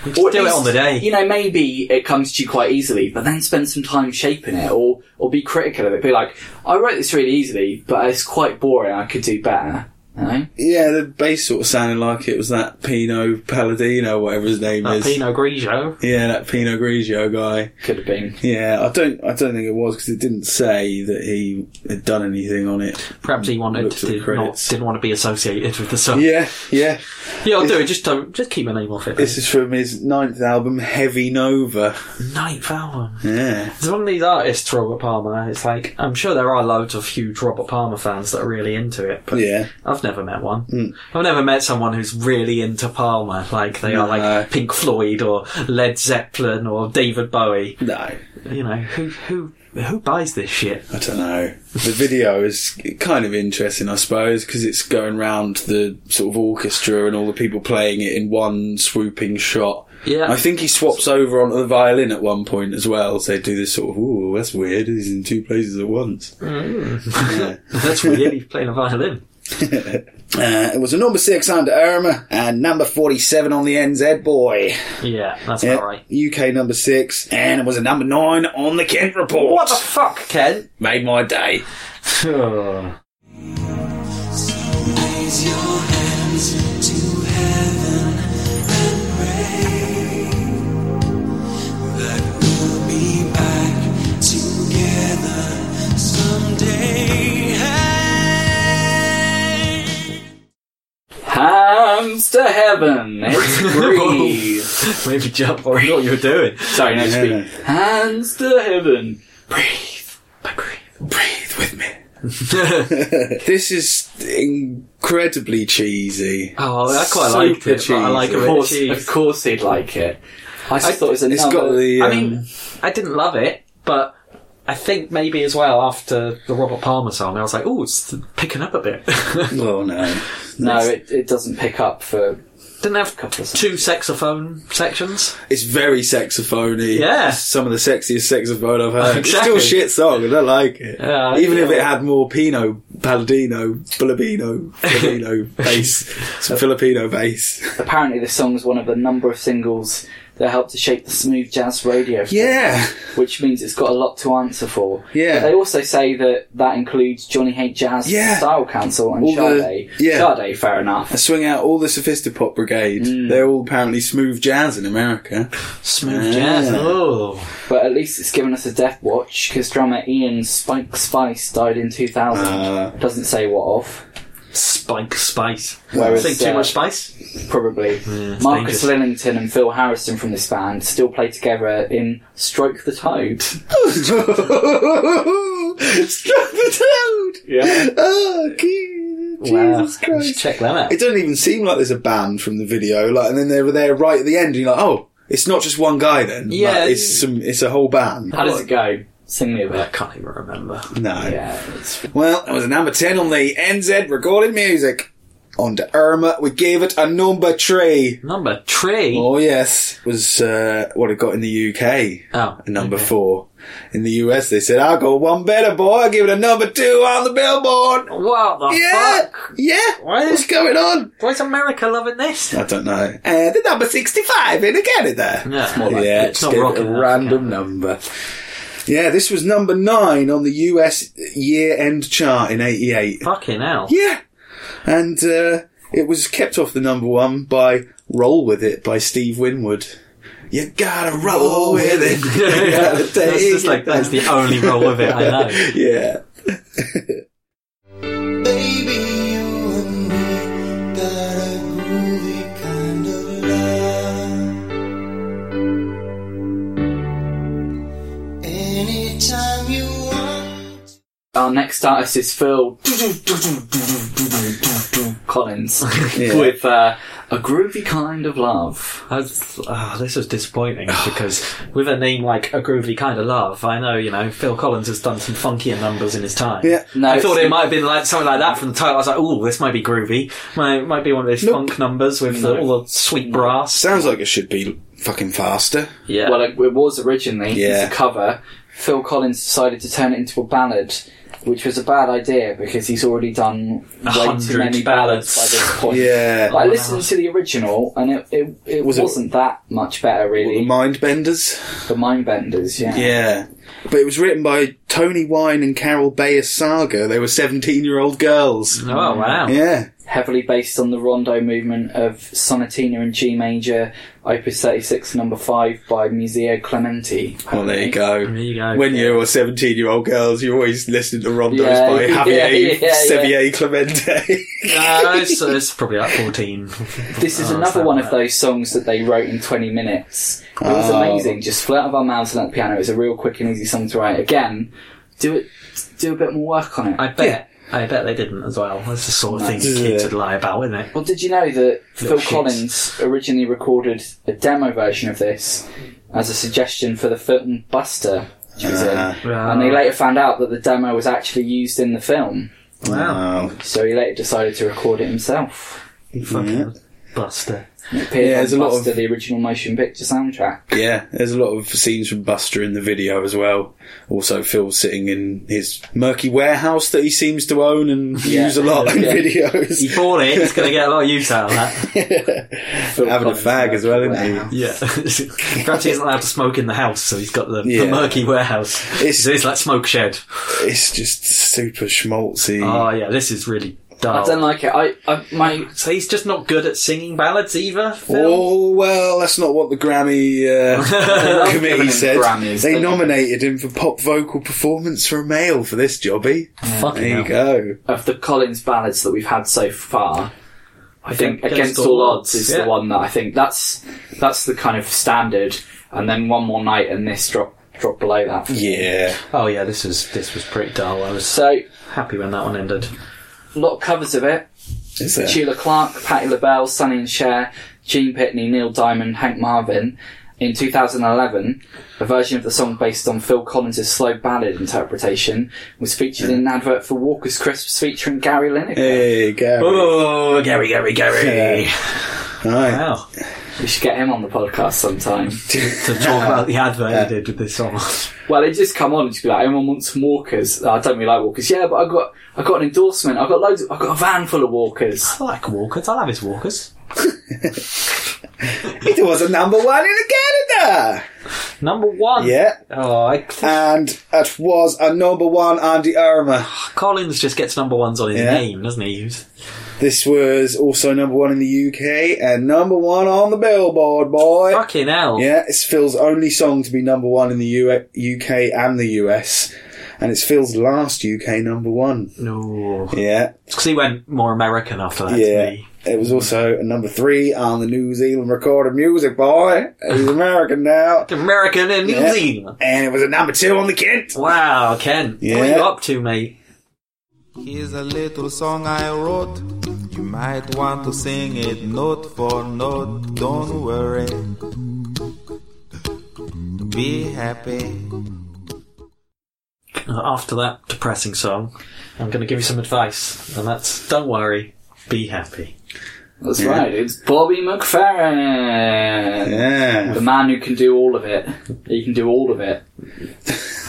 Speaker 3: Just
Speaker 2: Or at
Speaker 3: do it
Speaker 2: least,
Speaker 3: on the day.
Speaker 2: You know, maybe it comes to you quite easily, but then spend some time shaping it or or be critical of it. Be like, I wrote this really easily, but it's quite boring. I could do better. You know?
Speaker 1: yeah, the bass sort of sounded like it was that Pino Palladino, whatever his name
Speaker 3: Like
Speaker 1: is.
Speaker 3: Pinot Grigio.
Speaker 1: Yeah, that Pino Grigio guy.
Speaker 2: Could have been.
Speaker 1: Yeah, I don't, I don't think it was because it didn't say that he had done anything on it.
Speaker 3: Perhaps he wanted
Speaker 1: Looked at the
Speaker 3: to not,
Speaker 1: credits.
Speaker 3: didn't want to be associated with the song.
Speaker 1: Yeah, yeah.
Speaker 3: Yeah, I'll do it. Just don't, just keep my name off it.
Speaker 1: This is from his ninth album, Heavy Nova.
Speaker 3: Ninth album.
Speaker 1: Yeah,
Speaker 3: It's one of these artists, Robert Palmer. It's like I'm sure there are loads of huge Robert Palmer fans that are really into it, but
Speaker 1: yeah.
Speaker 3: I've never met one.
Speaker 1: Hmm.
Speaker 3: I've never met someone who's really into Palmer. Like they are
Speaker 1: No.
Speaker 3: like Pink Floyd or Led Zeppelin or David Bowie.
Speaker 1: No, I
Speaker 3: You know who who who buys this shit?
Speaker 1: don't know. The video is kind of interesting, I suppose, because it's going round the sort of orchestra and all the people playing it in one swooping shot.
Speaker 3: Yeah.
Speaker 1: I think he swaps over onto the violin at one point as well. So they do this sort of, ooh, that's weird. He's in two places at once. Yeah.
Speaker 3: Oh. That's really playing a violin.
Speaker 1: Uh, it was a number six under Irma and number 47 on the NZ Boy.
Speaker 3: Yeah, that's
Speaker 1: Yeah,
Speaker 3: all right.
Speaker 1: UK number six. And it was a number nine on the Kent Report.
Speaker 3: What the fuck, Ken?
Speaker 1: Made my day.
Speaker 3: Oh.
Speaker 5: Raise your hands to heaven and pray that we'll be back together someday. Hey.
Speaker 2: Hams to heaven. It's breathe.
Speaker 3: Maybe jump. I know what you were doing.
Speaker 2: Sorry, no
Speaker 1: Yeah.
Speaker 2: speak. Hands to heaven.
Speaker 1: Breathe with me. this is incredibly cheesy.
Speaker 3: Oh, I quite
Speaker 1: Super
Speaker 3: like it. but I
Speaker 1: cheesy.
Speaker 3: like
Speaker 2: Of
Speaker 3: it.
Speaker 2: course,
Speaker 3: Cheese.
Speaker 2: of course, he'd like it. I just
Speaker 3: I-
Speaker 2: thought it was a
Speaker 1: It's
Speaker 2: number.
Speaker 1: got the. Um,
Speaker 3: I mean, I didn't love it, but I think maybe as well after the Robert Palmer song, I was like, "Oh, it's picking up a bit."
Speaker 1: well, Oh, no.
Speaker 2: no, it, it doesn't pick up for
Speaker 3: didn't have
Speaker 2: couple of
Speaker 3: two saxophone sections.
Speaker 1: It's very saxophony.
Speaker 3: Yeah.
Speaker 1: It's some of the sexiest saxophone I've heard.
Speaker 3: Exactly.
Speaker 1: It's still shit song, and I like it.
Speaker 3: Yeah,
Speaker 1: Even if
Speaker 3: yeah.
Speaker 1: it had more Pino, Palladino, Filipino, Filipino bass, some Filipino bass.
Speaker 2: Apparently, this song was one of a number of singles that helped to shape the smooth jazz radio,
Speaker 1: Yeah.
Speaker 2: which means it's got a lot to answer for.
Speaker 1: Yeah.
Speaker 2: But they also say that that includes Johnny Hate Jazz
Speaker 1: Yeah.
Speaker 2: Style Council and
Speaker 1: All the-
Speaker 2: Sade.
Speaker 1: yeah.
Speaker 2: Sade, fair enough.
Speaker 1: I swing out all the Sophistipop Brigade. They're all apparently smooth jazz in America.
Speaker 3: Smooth
Speaker 1: Yeah.
Speaker 3: jazz. Oh,
Speaker 2: But at least it's given us a death watch because drummer Ian Spike Spice died in 2000.
Speaker 1: Ah.
Speaker 2: Doesn't say what of.
Speaker 3: spike spice.
Speaker 2: Whereas,
Speaker 3: Think too
Speaker 2: uh,
Speaker 3: much spice.
Speaker 2: Probably.
Speaker 3: it's
Speaker 2: Marcus
Speaker 3: dangerous.
Speaker 2: Lillington and Phil Harrison from this band still play together in Stroke the Toad.
Speaker 1: Struck the toad!
Speaker 2: Yeah.
Speaker 1: Oh, Jesus
Speaker 3: Wow.
Speaker 1: Christ.
Speaker 3: Check them out.
Speaker 1: It doesn't even seem like there's a band from the video, like, and then they were there right at the end, and you're like, oh, it's not just one guy then. Like,
Speaker 3: Yeah.
Speaker 1: it's some, it's a whole band.
Speaker 2: How does it go? Sing me a
Speaker 3: I
Speaker 2: bit.
Speaker 3: can't even remember.
Speaker 1: No.
Speaker 2: Yeah, it's
Speaker 1: Well, it was a number 10 on the NZ Recorded Music. On to Irma, we gave it a number three.
Speaker 3: Number three.
Speaker 1: Oh, yes. Was, uh, what it got in the UK.
Speaker 3: Oh,
Speaker 1: A Number
Speaker 3: okay.
Speaker 1: four. In the US, they said, I'll go one better, boy. I'll give it a number two on the billboard.
Speaker 3: What the
Speaker 1: Yeah.
Speaker 3: fuck?
Speaker 1: Yeah.
Speaker 3: What?
Speaker 1: What's going on?
Speaker 3: Why's America loving this?
Speaker 1: I don't know. Uh, the number 65 in Canada.
Speaker 3: Yeah. It's more like-
Speaker 1: yeah,
Speaker 3: it's
Speaker 1: just
Speaker 3: not
Speaker 1: gave it a
Speaker 3: rocking that,
Speaker 1: random
Speaker 3: okay.
Speaker 1: number. Yeah, this was number nine on the US year end chart in 88.
Speaker 3: Fucking hell.
Speaker 1: Yeah. And uh, it was kept off the number one by Roll With It by Steve Winwood. You gotta roll with it. You gotta
Speaker 3: that's
Speaker 1: take
Speaker 3: just
Speaker 1: it
Speaker 3: like that's
Speaker 1: down.
Speaker 3: the only role of it I know.
Speaker 1: Yeah.
Speaker 5: Baby, you and me got a groovy kind of love.
Speaker 2: Our next artist is Phil Collins
Speaker 1: Yeah.
Speaker 2: with uh, a groovy kind of love.
Speaker 3: That's, ah, this was disappointing because with a name like A Groovy Kind of Love, I know, you know, Phil Collins has done some funkier numbers in his time.
Speaker 1: Yeah.
Speaker 2: No,
Speaker 3: I thought
Speaker 2: it's-
Speaker 3: it might have been like something like that from the title. I was like, "Ooh, this might be groovy. Might might be one of those
Speaker 1: Nope.
Speaker 3: funk numbers with the, all the sweet brass."
Speaker 1: Sounds like it should be fucking faster.
Speaker 3: Yeah,
Speaker 2: Well, it, it was originally.
Speaker 1: Yeah.
Speaker 2: It's a cover. Phil Collins decided to turn it into a ballad, which was a bad idea because he's already done
Speaker 3: A
Speaker 2: way too
Speaker 3: hundred
Speaker 2: many ballads
Speaker 3: ballads.
Speaker 2: by this point.
Speaker 1: Yeah.
Speaker 2: I listened to the original and it, it, it
Speaker 1: Was it-
Speaker 2: wasn't that much better,
Speaker 1: Or the
Speaker 2: really.
Speaker 1: Mind Benders.
Speaker 2: The Mindbenders, yeah.
Speaker 1: Yeah. But it was written by Tony Wine and Carol Bayer Saga. They were 17 year old girls.
Speaker 3: oh wow,
Speaker 1: Yeah.
Speaker 2: Heavily based on the rondo movement of Sonatina in G major, opus 36, number 5 by Museo Clementi.
Speaker 1: Well, there you go.
Speaker 3: There you go.
Speaker 1: When you were 17 year old girls, you're always listening to rondos
Speaker 2: Yeah,
Speaker 1: by
Speaker 2: yeah,
Speaker 1: Javier
Speaker 2: yeah, yeah.
Speaker 1: Sevier Clemente.
Speaker 3: No, it's, it's probably like fourteen.
Speaker 2: This is
Speaker 3: Oh, it's
Speaker 2: another
Speaker 3: that
Speaker 2: one
Speaker 3: bad.
Speaker 2: of those songs that they wrote in 20 minutes. It was
Speaker 1: Oh.
Speaker 2: amazing. Just flat out of our mouths and at the piano. It's a real quick and easy song to write. Again, do it. Do a bit more work on it.
Speaker 3: I bet. I bet they didn't as well. That's the sort of thing
Speaker 1: Yeah.
Speaker 3: kids would lie about, isn't it?
Speaker 2: well, did you know that
Speaker 3: Little
Speaker 2: Phil
Speaker 3: shit.
Speaker 2: Collins originally recorded a demo version of this as a suggestion for the film Buster, which was in?
Speaker 1: Ah.
Speaker 2: and they later found out that the demo was actually used in the film.
Speaker 3: wow,
Speaker 1: Oh.
Speaker 2: So he later decided to record it himself.
Speaker 3: you fucking
Speaker 1: Yeah.
Speaker 3: buster.
Speaker 2: It appeared
Speaker 1: Yeah,
Speaker 2: on
Speaker 1: there's a
Speaker 2: Buster,
Speaker 1: lot of-
Speaker 2: the original motion picture soundtrack.
Speaker 1: Yeah, there's a lot of scenes from Buster in the video as well. Also, Phil sitting in his murky warehouse that he seems to own and
Speaker 2: Yeah.
Speaker 1: use a lot in
Speaker 2: Yeah.
Speaker 1: videos.
Speaker 3: He bought it. He's going to get a lot of use out of that.
Speaker 2: Phil
Speaker 1: Having a
Speaker 2: Collins
Speaker 1: fag as well, isn't he?
Speaker 2: Wow.
Speaker 3: Yeah, perhaps he isn't allowed to smoke in the house, so he's got the,
Speaker 1: Yeah.
Speaker 3: the murky warehouse.
Speaker 1: It's-
Speaker 3: It's, it's like smoke shed.
Speaker 1: It's just super schmaltzy.
Speaker 3: Oh yeah, this is really
Speaker 2: I
Speaker 3: dark.
Speaker 2: don't like it. I, I my
Speaker 3: so he's just not good at singing ballads either. Phil?
Speaker 1: Oh well, that's not what the Grammy uh,
Speaker 2: love giving
Speaker 1: committee
Speaker 2: him
Speaker 1: said.
Speaker 2: Grammys,
Speaker 1: they
Speaker 2: don't they?
Speaker 1: nominated him for pop vocal performance for a male for this jobby.
Speaker 3: Fucking
Speaker 1: There you
Speaker 3: hell.
Speaker 1: go.
Speaker 2: of the Collins ballads that we've had so far, I think
Speaker 3: Against
Speaker 2: Against, All
Speaker 3: All
Speaker 2: Odds
Speaker 3: Odds,
Speaker 2: is
Speaker 3: yeah.
Speaker 2: the one that I think that's that's the kind of standard. And then One More Night and this drop drop below that.
Speaker 1: Yeah,
Speaker 3: Oh yeah, this was this was pretty dull. I was
Speaker 2: So a
Speaker 3: happy when that one ended.
Speaker 2: lot of covers of it.
Speaker 1: is there?
Speaker 2: Sheila Clark, Patti LaBelle, Sonny and Cher, Gene Pitney, Neil Diamond, Hank Marvin. In 2011, a version of the song based on Phil Collins' slow ballad interpretation was featured in an advert for Walker's Crisps featuring Gary Lineker.
Speaker 1: Hey, Gary.
Speaker 3: Oh, Gary, Gary, Gary!
Speaker 1: Hi.
Speaker 3: Wow,
Speaker 2: We should get him on the podcast sometime.
Speaker 3: to talk about the advert he did with this song.
Speaker 2: Well, they just come on and just be like, "Everyone wants walkers." Oh, I don't really like walkers. Yeah, but I got I got an endorsement. I got loads. Of, I got a van full of walkers.
Speaker 3: I like Walkers. I love his Walkers.
Speaker 1: It was a number one in Canada.
Speaker 3: Number one.
Speaker 1: Yeah,
Speaker 3: Oh, I,
Speaker 1: and it was a number one on the Irma.
Speaker 3: Collins just gets number ones on his
Speaker 1: Yeah.
Speaker 3: name, doesn't he? He's-
Speaker 1: This was also number one in the UK and number one on the Billboard, boy.
Speaker 3: Fucking hell.
Speaker 1: Yeah, it's Phil's only song to be number one in the U- UK and the US, and it's Phil's last UK number one.
Speaker 3: No.
Speaker 1: Yeah,
Speaker 3: Because he went more American after that.
Speaker 1: Yeah.
Speaker 3: Didn't he?
Speaker 1: it was also number three on the New Zealand Recorded Music Boy. He's American now,
Speaker 3: American and New
Speaker 1: Yeah.
Speaker 3: Zealand.
Speaker 1: and it was a number two on the Kent.
Speaker 3: Wow, Ken. What are
Speaker 1: Yeah.
Speaker 3: you up to, mate?
Speaker 7: Here's a little song I wrote. You might want to sing it note for note. Don't worry. Be happy.
Speaker 3: After that depressing song, I'm going to give you some advice, and that's don't worry, be happy.
Speaker 2: That's right. It's Bobby McFerrin,
Speaker 1: Yeah,
Speaker 2: the man who can do all of it. He can do all of it.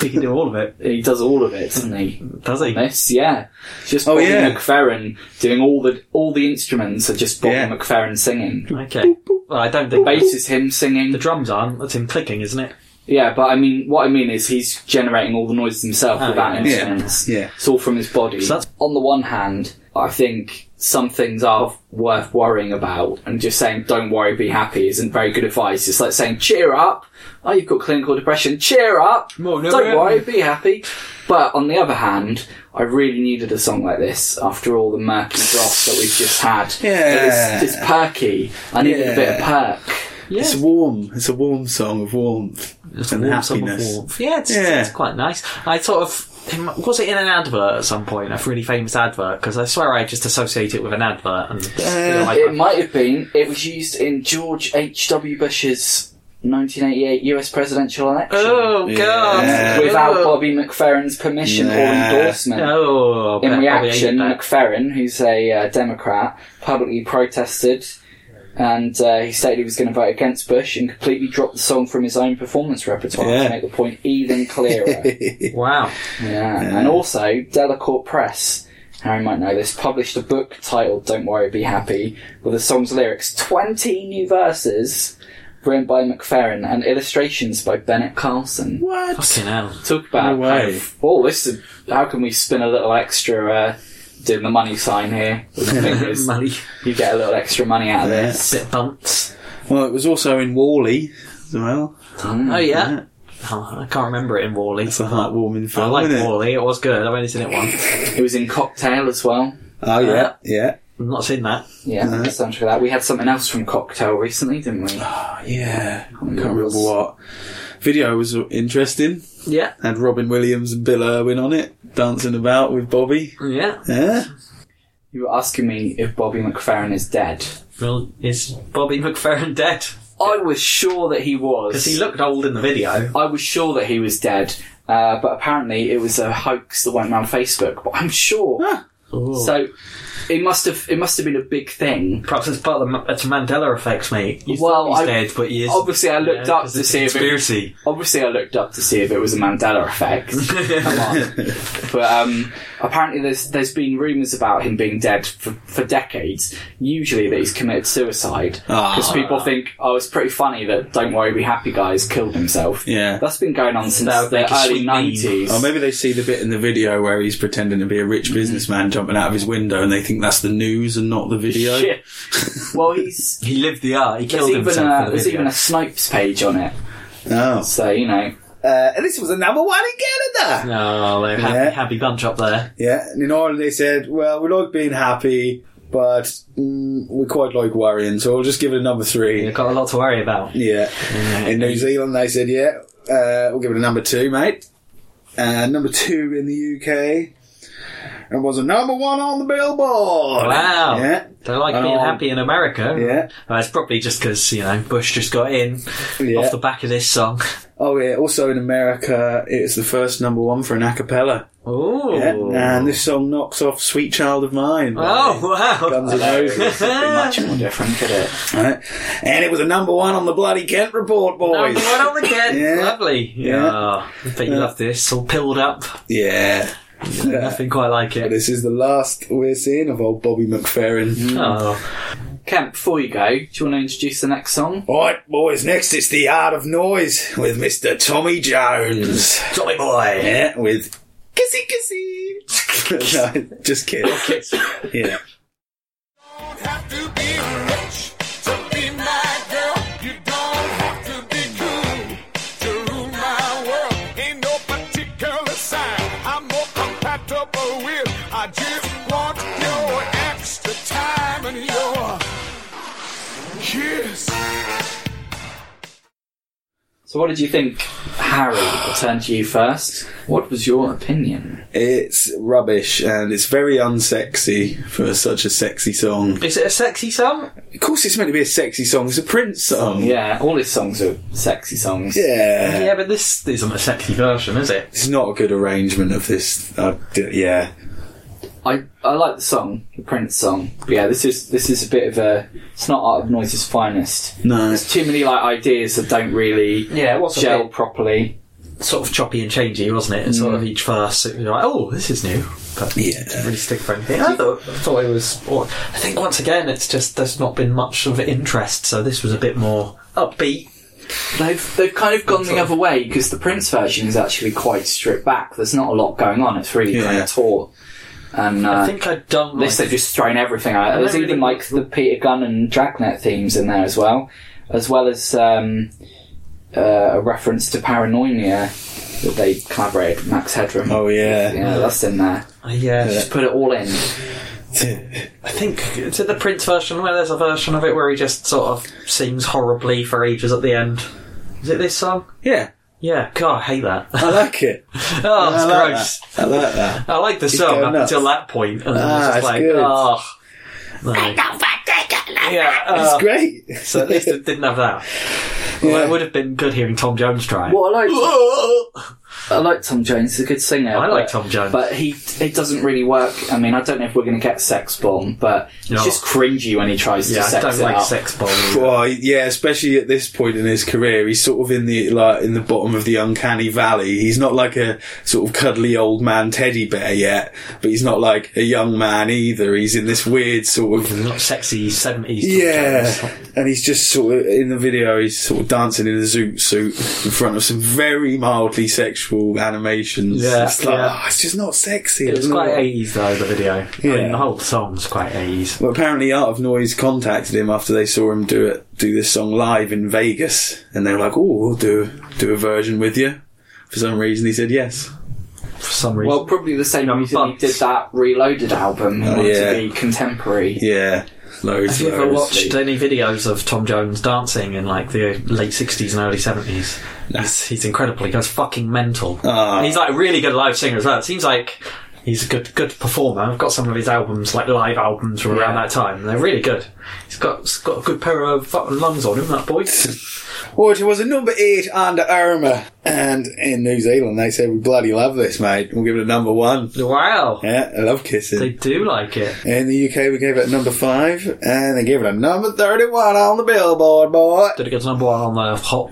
Speaker 3: He can do all of it,
Speaker 2: He does all of it, doesn't he?
Speaker 3: does he?
Speaker 2: This, yeah. It's Just
Speaker 1: Oh,
Speaker 2: Bobby
Speaker 1: yeah.
Speaker 2: McFerrin doing all the all the instruments are just Bobby
Speaker 1: Yeah.
Speaker 2: McFerrin singing.
Speaker 3: Okay. Well, I don't think
Speaker 2: Bass is him singing.
Speaker 3: the drums aren't. That's him clicking, isn't it?
Speaker 2: Yeah, but I mean, what I mean is he's generating all the noises himself
Speaker 3: Oh,
Speaker 2: without
Speaker 3: yeah.
Speaker 2: instruments.
Speaker 1: Yeah, yeah.
Speaker 2: It's all from his body.
Speaker 3: So that's-
Speaker 2: On the one hand, I think some things are worth worrying about, and just saying, don't worry, be happy isn't very good advice. It's like saying, cheer up. Oh, you've got clinical depression. Cheer up.
Speaker 3: Well, no,
Speaker 2: don't
Speaker 3: yeah.
Speaker 2: worry, be happy. But on the other hand, I really needed a song like this after all the murky dross that we've just had.
Speaker 1: Yeah.
Speaker 2: It's, it's perky. I needed a bit of perk.
Speaker 1: it's warm. It's a warm song of warmth
Speaker 3: It's
Speaker 1: and
Speaker 3: warm, summer
Speaker 1: happiness.
Speaker 3: warmth. Yeah, it's,
Speaker 1: Yeah.
Speaker 3: it's quite nice. I sort of it mu- was it in an advert at some point? A really famous advert? Because I swear I just associate it with an advert. And you
Speaker 1: Uh,
Speaker 3: know, like,
Speaker 2: It might have been. It was used in George H.W. Bush's 1988 US presidential election.
Speaker 3: oh god!
Speaker 1: Yeah.
Speaker 2: Without
Speaker 3: Oh.
Speaker 2: Bobby McFerrin's permission or
Speaker 1: Nah.
Speaker 2: endorsement.
Speaker 3: Oh,
Speaker 2: In
Speaker 3: I bet Bobby
Speaker 2: reaction,
Speaker 3: hated that.
Speaker 2: McFerrin, who's a uh, Democrat, publicly protested and uh, he stated he was going to vote against Bush and completely dropped the song from his own performance repertoire
Speaker 1: Yeah.
Speaker 2: to make the point even clearer.
Speaker 3: Wow.
Speaker 2: Yeah. And also, Delacorte Press, Harry might know this, published a book titled Don't Worry, Be Happy, with the song's lyrics 20 new verses written by McFerrin and illustrations by Bennett Carlson.
Speaker 1: What?
Speaker 3: Fucking hell.
Speaker 2: Talk
Speaker 1: No
Speaker 2: about.
Speaker 1: way.
Speaker 2: oh, this is. How can we spin a little extra. Uh, Doing the money sign here with the fingers.
Speaker 3: Money.
Speaker 2: you get a little extra money out of
Speaker 1: Yeah.
Speaker 2: this.
Speaker 3: Bit bumps.
Speaker 1: Well, it was also in Wally as well.
Speaker 2: Mm.
Speaker 3: Oh,
Speaker 1: Yeah.
Speaker 3: yeah. Oh, I can't remember it in Wally.
Speaker 1: It's a heartwarming
Speaker 3: I
Speaker 1: film,
Speaker 3: like
Speaker 1: isn't it?
Speaker 3: Wally. It was good. I've only seen it once.
Speaker 2: It was in Cocktail as well.
Speaker 1: Oh yeah,
Speaker 3: Uh,
Speaker 1: yeah,
Speaker 3: I've not seen that.
Speaker 2: Yeah,
Speaker 1: Uh-huh.
Speaker 2: that's something for that. We had something else from Cocktail recently, didn't we?
Speaker 1: oh, yeah. I can't remember what. Video was interesting.
Speaker 3: Yeah.
Speaker 1: Had Robin Williams and Bill Irwin on it, dancing about with Bobby.
Speaker 3: Yeah.
Speaker 1: Yeah.
Speaker 2: You were asking me if Bobby McFerrin is dead.
Speaker 3: Well, is Bobby McFerrin dead?
Speaker 2: I was sure that he was.
Speaker 3: Because he looked old in the video.
Speaker 2: I was sure that he was dead, uh, but apparently it was a hoax that went around Facebook. But I'm sure.
Speaker 3: So
Speaker 2: So it must have it must have been a big thing.
Speaker 3: perhaps it's part of the Ma- it's Mandela effect, mate. You
Speaker 2: Well,
Speaker 3: well, he's
Speaker 2: I-
Speaker 3: dead, but he is.
Speaker 2: Obviously, I looked
Speaker 3: Yeah,
Speaker 2: up
Speaker 3: 'cause
Speaker 2: to
Speaker 3: it's a
Speaker 2: see if it,
Speaker 3: conspiracy.
Speaker 2: obviously I looked up to see if it was a Mandela effect. Come on. But um, apparently, there's there's been rumours about him being dead for, for decades. Usually, that he's committed suicide
Speaker 1: Ah,
Speaker 3: Ah.
Speaker 2: because people think, "Oh, it's pretty funny that Don't Worry, Be Happy" guys killed himself."
Speaker 1: Yeah.
Speaker 2: that's been going on since
Speaker 3: That would
Speaker 2: the
Speaker 3: make a
Speaker 2: early
Speaker 3: sweet meme.
Speaker 2: nineties.
Speaker 1: Or maybe they see the bit in the video where he's pretending to be a rich businessman jumping out of his window, and they think that's the news and not the video.
Speaker 2: Shit. Well, he's
Speaker 3: He lived the art. He
Speaker 2: there's
Speaker 3: killed
Speaker 2: even a
Speaker 3: himself. for the
Speaker 2: there's
Speaker 3: video.
Speaker 2: even a Snipes page on it.
Speaker 1: Oh,
Speaker 2: So you know,
Speaker 1: uh, and this was a number one in Canada.
Speaker 3: No, they're a happy,
Speaker 1: Yeah.
Speaker 3: happy bunch up there.
Speaker 1: Yeah, and in Ireland they said, "Well, we like being happy, but mm, we quite like worrying, so we'll just give it a number three.
Speaker 3: They've got a lot to worry about.
Speaker 1: Yeah. In New Zealand, they said, yeah, uh, we'll give it a number two, mate. Uh, number two in the UK. And was a number one on the billboard.
Speaker 3: Wow.
Speaker 1: Yeah.
Speaker 3: They like being
Speaker 1: Oh.
Speaker 3: happy in America.
Speaker 1: Yeah.
Speaker 3: Well, it's probably just because, you know, Bush just got in
Speaker 1: Yeah.
Speaker 3: off the back of this song.
Speaker 1: oh, yeah. Also in America, it's the first number one for an a cappella.
Speaker 3: Ooh.
Speaker 1: Yeah. And this song knocks off Sweet Child of Mine.
Speaker 3: Oh, wow.
Speaker 1: Guns N' Roses.
Speaker 2: it'd be much more different, could it?
Speaker 1: Right. And it was a number one on the bloody Kent Report, boys.
Speaker 3: Number one on the Kent.
Speaker 1: Yeah.
Speaker 3: Lovely.
Speaker 1: Yeah.
Speaker 3: Yeah. I bet you love this. All pilled up.
Speaker 1: Yeah. yeah.
Speaker 3: Nothing quite like it.
Speaker 1: This is the last we're seeing of old Bobby McFerrin.
Speaker 3: Oh.
Speaker 2: Kemp, before you go, do you want to introduce the next song?
Speaker 1: Alright, boys, next it's The Art of Noise with Mr. Tommy Jones.
Speaker 3: Jolly boy.
Speaker 1: Yeah, with Kissy Kissy. no, just kidding. Yeah.
Speaker 5: have to be rich to be my girl. You don't have to be cool to rule my world. Ain't no particular sign I'm more compatible with. I just want your extra time and your kiss.
Speaker 2: So, what did you think, Harry? I'll turn to you first. What was your opinion?
Speaker 1: It's rubbish and it's very unsexy for such a sexy song.
Speaker 3: Is it a sexy song?
Speaker 1: Of course, it's meant to be a sexy song. It's a Prince song.
Speaker 2: Yeah, all his songs are sexy songs.
Speaker 1: Yeah.
Speaker 3: Yeah, but this isn't a sexy version, is it?
Speaker 1: It's not a good arrangement of this. I d- yeah.
Speaker 2: I, I like the song, the Prince song. But yeah, this is this is a bit of a. It's not Art of Noise's finest.
Speaker 1: No.
Speaker 2: There's too many like ideas that don't really
Speaker 3: Yeah, it was a
Speaker 2: gel properly.
Speaker 3: Sort of choppy and changey, wasn't it? And
Speaker 1: Mm.
Speaker 3: sort of each verse, it was like, oh, this is new. But
Speaker 1: Yeah.
Speaker 3: it didn't really stick for anything. I thought, I thought it was. Or, I think once again, it's just there's not been much of interest, so this was a bit more upbeat.
Speaker 2: They've they've kind of gone the other way because the Prince version is actually quite stripped back. There's not a lot going on. It's really kind
Speaker 1: Yeah.
Speaker 2: of taut. And uh,
Speaker 3: I think I don't like
Speaker 2: Unless they've just thrown everything out. There's
Speaker 3: don't
Speaker 2: even
Speaker 3: really-
Speaker 2: like the Peter Gunn and Dragnet themes in there as well, as well as um, uh, a reference to Paranoia that they collaborated with Max Headroom.
Speaker 1: Oh, yeah.
Speaker 2: Yeah, that's in there.
Speaker 3: Yeah,
Speaker 2: Just put it all in.
Speaker 3: uh, I think is it the Prince version where there's a version of it where he just sort of sings horribly for ages at the end? Is it this song?
Speaker 1: yeah.
Speaker 3: Yeah, God, I hate that.
Speaker 1: I like it.
Speaker 3: oh,
Speaker 1: I
Speaker 3: it's
Speaker 1: like
Speaker 3: gross.
Speaker 1: that. I like that.
Speaker 3: I like the
Speaker 1: He's
Speaker 3: song
Speaker 1: going
Speaker 3: up
Speaker 1: nuts.
Speaker 3: until that point, and then
Speaker 1: Ah,
Speaker 3: it's just
Speaker 1: it's
Speaker 3: like,
Speaker 1: good.
Speaker 3: oh, no. yeah,
Speaker 1: It's
Speaker 3: uh,
Speaker 1: great.
Speaker 3: so at least it didn't have that. Well,
Speaker 1: Yeah.
Speaker 3: it would have been good hearing Tom Jones try. it.
Speaker 2: What I like, I like Tom Jones. He's a good singer.
Speaker 3: I like
Speaker 2: but-
Speaker 3: Tom Jones.
Speaker 2: but he it doesn't really work. I mean, I don't know if we're going to get sex bomb, but
Speaker 3: No.
Speaker 2: it's just cringy when he tries to
Speaker 3: yeah, I
Speaker 2: sex
Speaker 3: don't
Speaker 2: it
Speaker 3: like
Speaker 2: up.
Speaker 3: sex bomb.
Speaker 1: Well, yeah, especially at this point in his career, he's sort of in the like in the bottom of the uncanny valley. He's not like a sort of cuddly old man teddy bear yet, but he's not like a young man either. He's in this weird sort of
Speaker 3: Not sexy seventies.
Speaker 1: Yeah, and he's just sort of in the video. He's sort of dancing in a zoot suit in front of some very mildly sexual animations.
Speaker 3: Yeah,
Speaker 1: it's, like,
Speaker 3: yeah.
Speaker 1: "Oh, it's just not sexy.
Speaker 3: It was
Speaker 1: It's not-
Speaker 3: quite eighties though. The video, I
Speaker 1: Mm. Yeah.
Speaker 3: mean, the whole song's quite eighties.
Speaker 1: Well, apparently, Art of Noise contacted him after they saw him do it, do this song live in Vegas, and they were like, "Oh, we'll do do a version with you." For some reason, he said yes.
Speaker 3: For some reason,
Speaker 2: Well, probably the same
Speaker 3: Number
Speaker 2: reason he
Speaker 3: bucks.
Speaker 2: did that Reloaded album. He
Speaker 1: Oh,
Speaker 2: wanted
Speaker 1: yeah.
Speaker 2: to be contemporary.
Speaker 1: Yeah, loads.
Speaker 3: have you ever
Speaker 1: loads.
Speaker 3: watched uh, any videos of Tom Jones dancing in like the late sixties and early seventies? He's, he's incredible. He goes fucking mental.
Speaker 1: Ah.
Speaker 3: And he's like a really good live singer as well. It seems like he's a good good performer. I've got some of his albums, like live albums from around
Speaker 2: Yeah.
Speaker 3: that time. and They're really good. He's got he's got a good pair of fucking lungs on him, that boy.
Speaker 1: Which was a number eight Under Armour, and in New Zealand they said we bloody love this, mate. We'll give it a number one.
Speaker 3: wow.
Speaker 1: Yeah, I love kissing.
Speaker 3: They do like it.
Speaker 1: In the UK, we gave it a number five, and they gave it a number 31 on the Billboard, boy.
Speaker 3: Did it get to number one on the Hot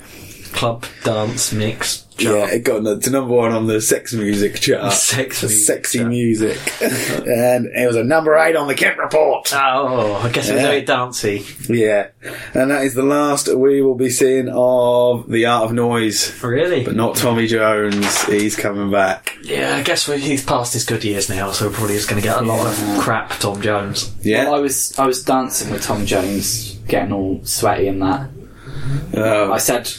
Speaker 3: Club Dance Mix
Speaker 1: Yeah,
Speaker 3: chart?
Speaker 1: it got to number one on the sex music chart.
Speaker 3: Sex
Speaker 1: The
Speaker 3: music
Speaker 1: Sexy
Speaker 3: chart.
Speaker 1: music. and it was a number eight on the Kent Report.
Speaker 3: Oh, I guess it was
Speaker 1: Yeah.
Speaker 3: very dancey.
Speaker 1: Yeah. And that is the last we will be seeing of The Art of Noise.
Speaker 3: Really?
Speaker 1: But not Tommy Jones. He's coming back.
Speaker 3: yeah, I guess we- he's past his good years now, so probably is going to get a lot of crap, Tom Jones.
Speaker 1: Yeah.
Speaker 2: Well, I was I was dancing with Tom Jones, getting all sweaty and that.
Speaker 1: Oh,
Speaker 2: I said,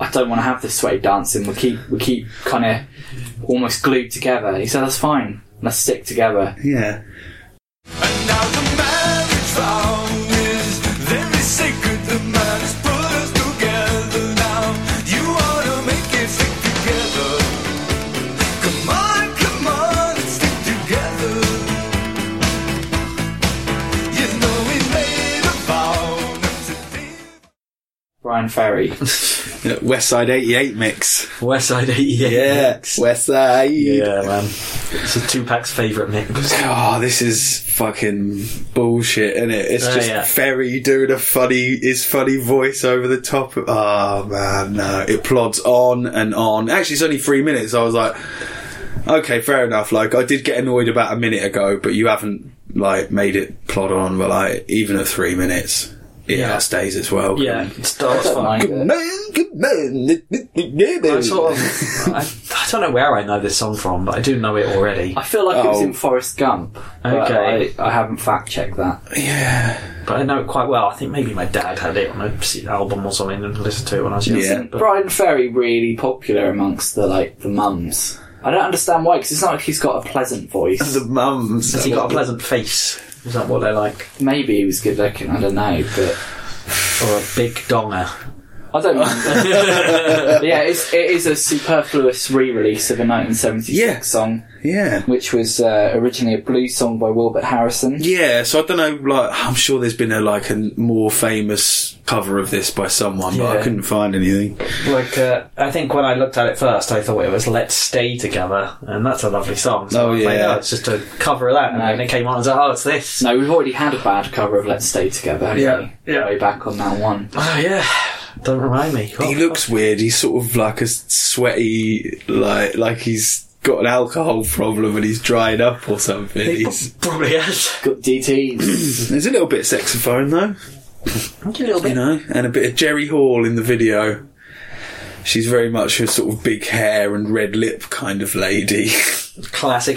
Speaker 2: I don't want to have this sweaty dancing. We keep we keep kind of almost glued together. He said, that's fine. Let's stick together.
Speaker 1: yeah.
Speaker 5: And now the marriage vow is very sacred. The man has put us together now. You ought to make it stick together. Come on, come on, and stick together. You know we made a vow not to leave.
Speaker 2: Brian Ferry.
Speaker 1: West Side 88 mix.
Speaker 3: West Side 88.
Speaker 1: West Side.
Speaker 3: Yeah, man. It's a Tupac's favourite mix.
Speaker 1: Oh, this is fucking bullshit, isn't it? It's
Speaker 3: Oh,
Speaker 1: just
Speaker 3: yeah.
Speaker 1: Ferry doing a funny his funny voice over the top. Of, oh man, no, it plods on and on. Actually, it's only three minutes. I was like, okay, fair enough. Like, I did get annoyed about a minute ago, but you haven't like made it plod on. But like, even at three minutes, it
Speaker 3: Yeah.
Speaker 1: outstays its welcome.
Speaker 3: Yeah, it starts
Speaker 2: I don't
Speaker 3: fine.
Speaker 2: mind.
Speaker 1: Good man, good man.
Speaker 3: I sort of, I, I don't know where I know this song from, but I do know it already.
Speaker 2: I feel like it was
Speaker 1: Oh.
Speaker 2: in Forrest Gump. but
Speaker 3: Okay.
Speaker 2: I, I haven't fact checked that.
Speaker 3: But I know it quite well. I think maybe my dad had it on an album or something and listened to it when I was young.
Speaker 1: Yeah.
Speaker 3: But
Speaker 2: Brian Ferry really popular amongst the like the mums. I don't understand why because it's not like he's got a pleasant voice.
Speaker 1: the mums.
Speaker 3: has he got a pleasant face? Is that what they're like?
Speaker 2: Maybe he was good looking. I don't know, but
Speaker 3: Or a big donger?
Speaker 2: I don't know. yeah, it's, it is a superfluous re-release of a 1976
Speaker 1: Yeah.
Speaker 2: song,
Speaker 1: Yeah.
Speaker 2: which was uh, originally a blues song by Wilbert Harrison.
Speaker 1: Yeah, so I don't know. Like, I'm sure there's been a like a more famous cover of this by someone, but I
Speaker 3: Yeah.
Speaker 1: couldn't find anything.
Speaker 3: Like, uh, I think when I looked at it first, I thought it was "Let's Stay Together," and that's a lovely song. So
Speaker 1: Oh,
Speaker 3: I was like,
Speaker 1: yeah.
Speaker 3: "Oh, it's just a cover of that, and
Speaker 2: No.
Speaker 3: then it came on and I was like, "Oh, it's this."
Speaker 2: No, we've already had a bad cover of Let's Stay Together. haven't
Speaker 3: Yeah,
Speaker 2: we?
Speaker 3: yeah.
Speaker 2: Way back on that one.
Speaker 3: Oh yeah, don't remind me. Oh,
Speaker 1: He looks weird. He's sort of like a sweaty, like like he's got an alcohol problem and he's dried up or something.
Speaker 3: He
Speaker 1: He's,
Speaker 3: probably has.
Speaker 2: Got DTs.
Speaker 1: there's a little bit of saxophone though,
Speaker 3: A little
Speaker 1: you know, and a bit of Jerry Hall in the video. She's very much a sort of big hair and red lip kind of lady.
Speaker 3: classic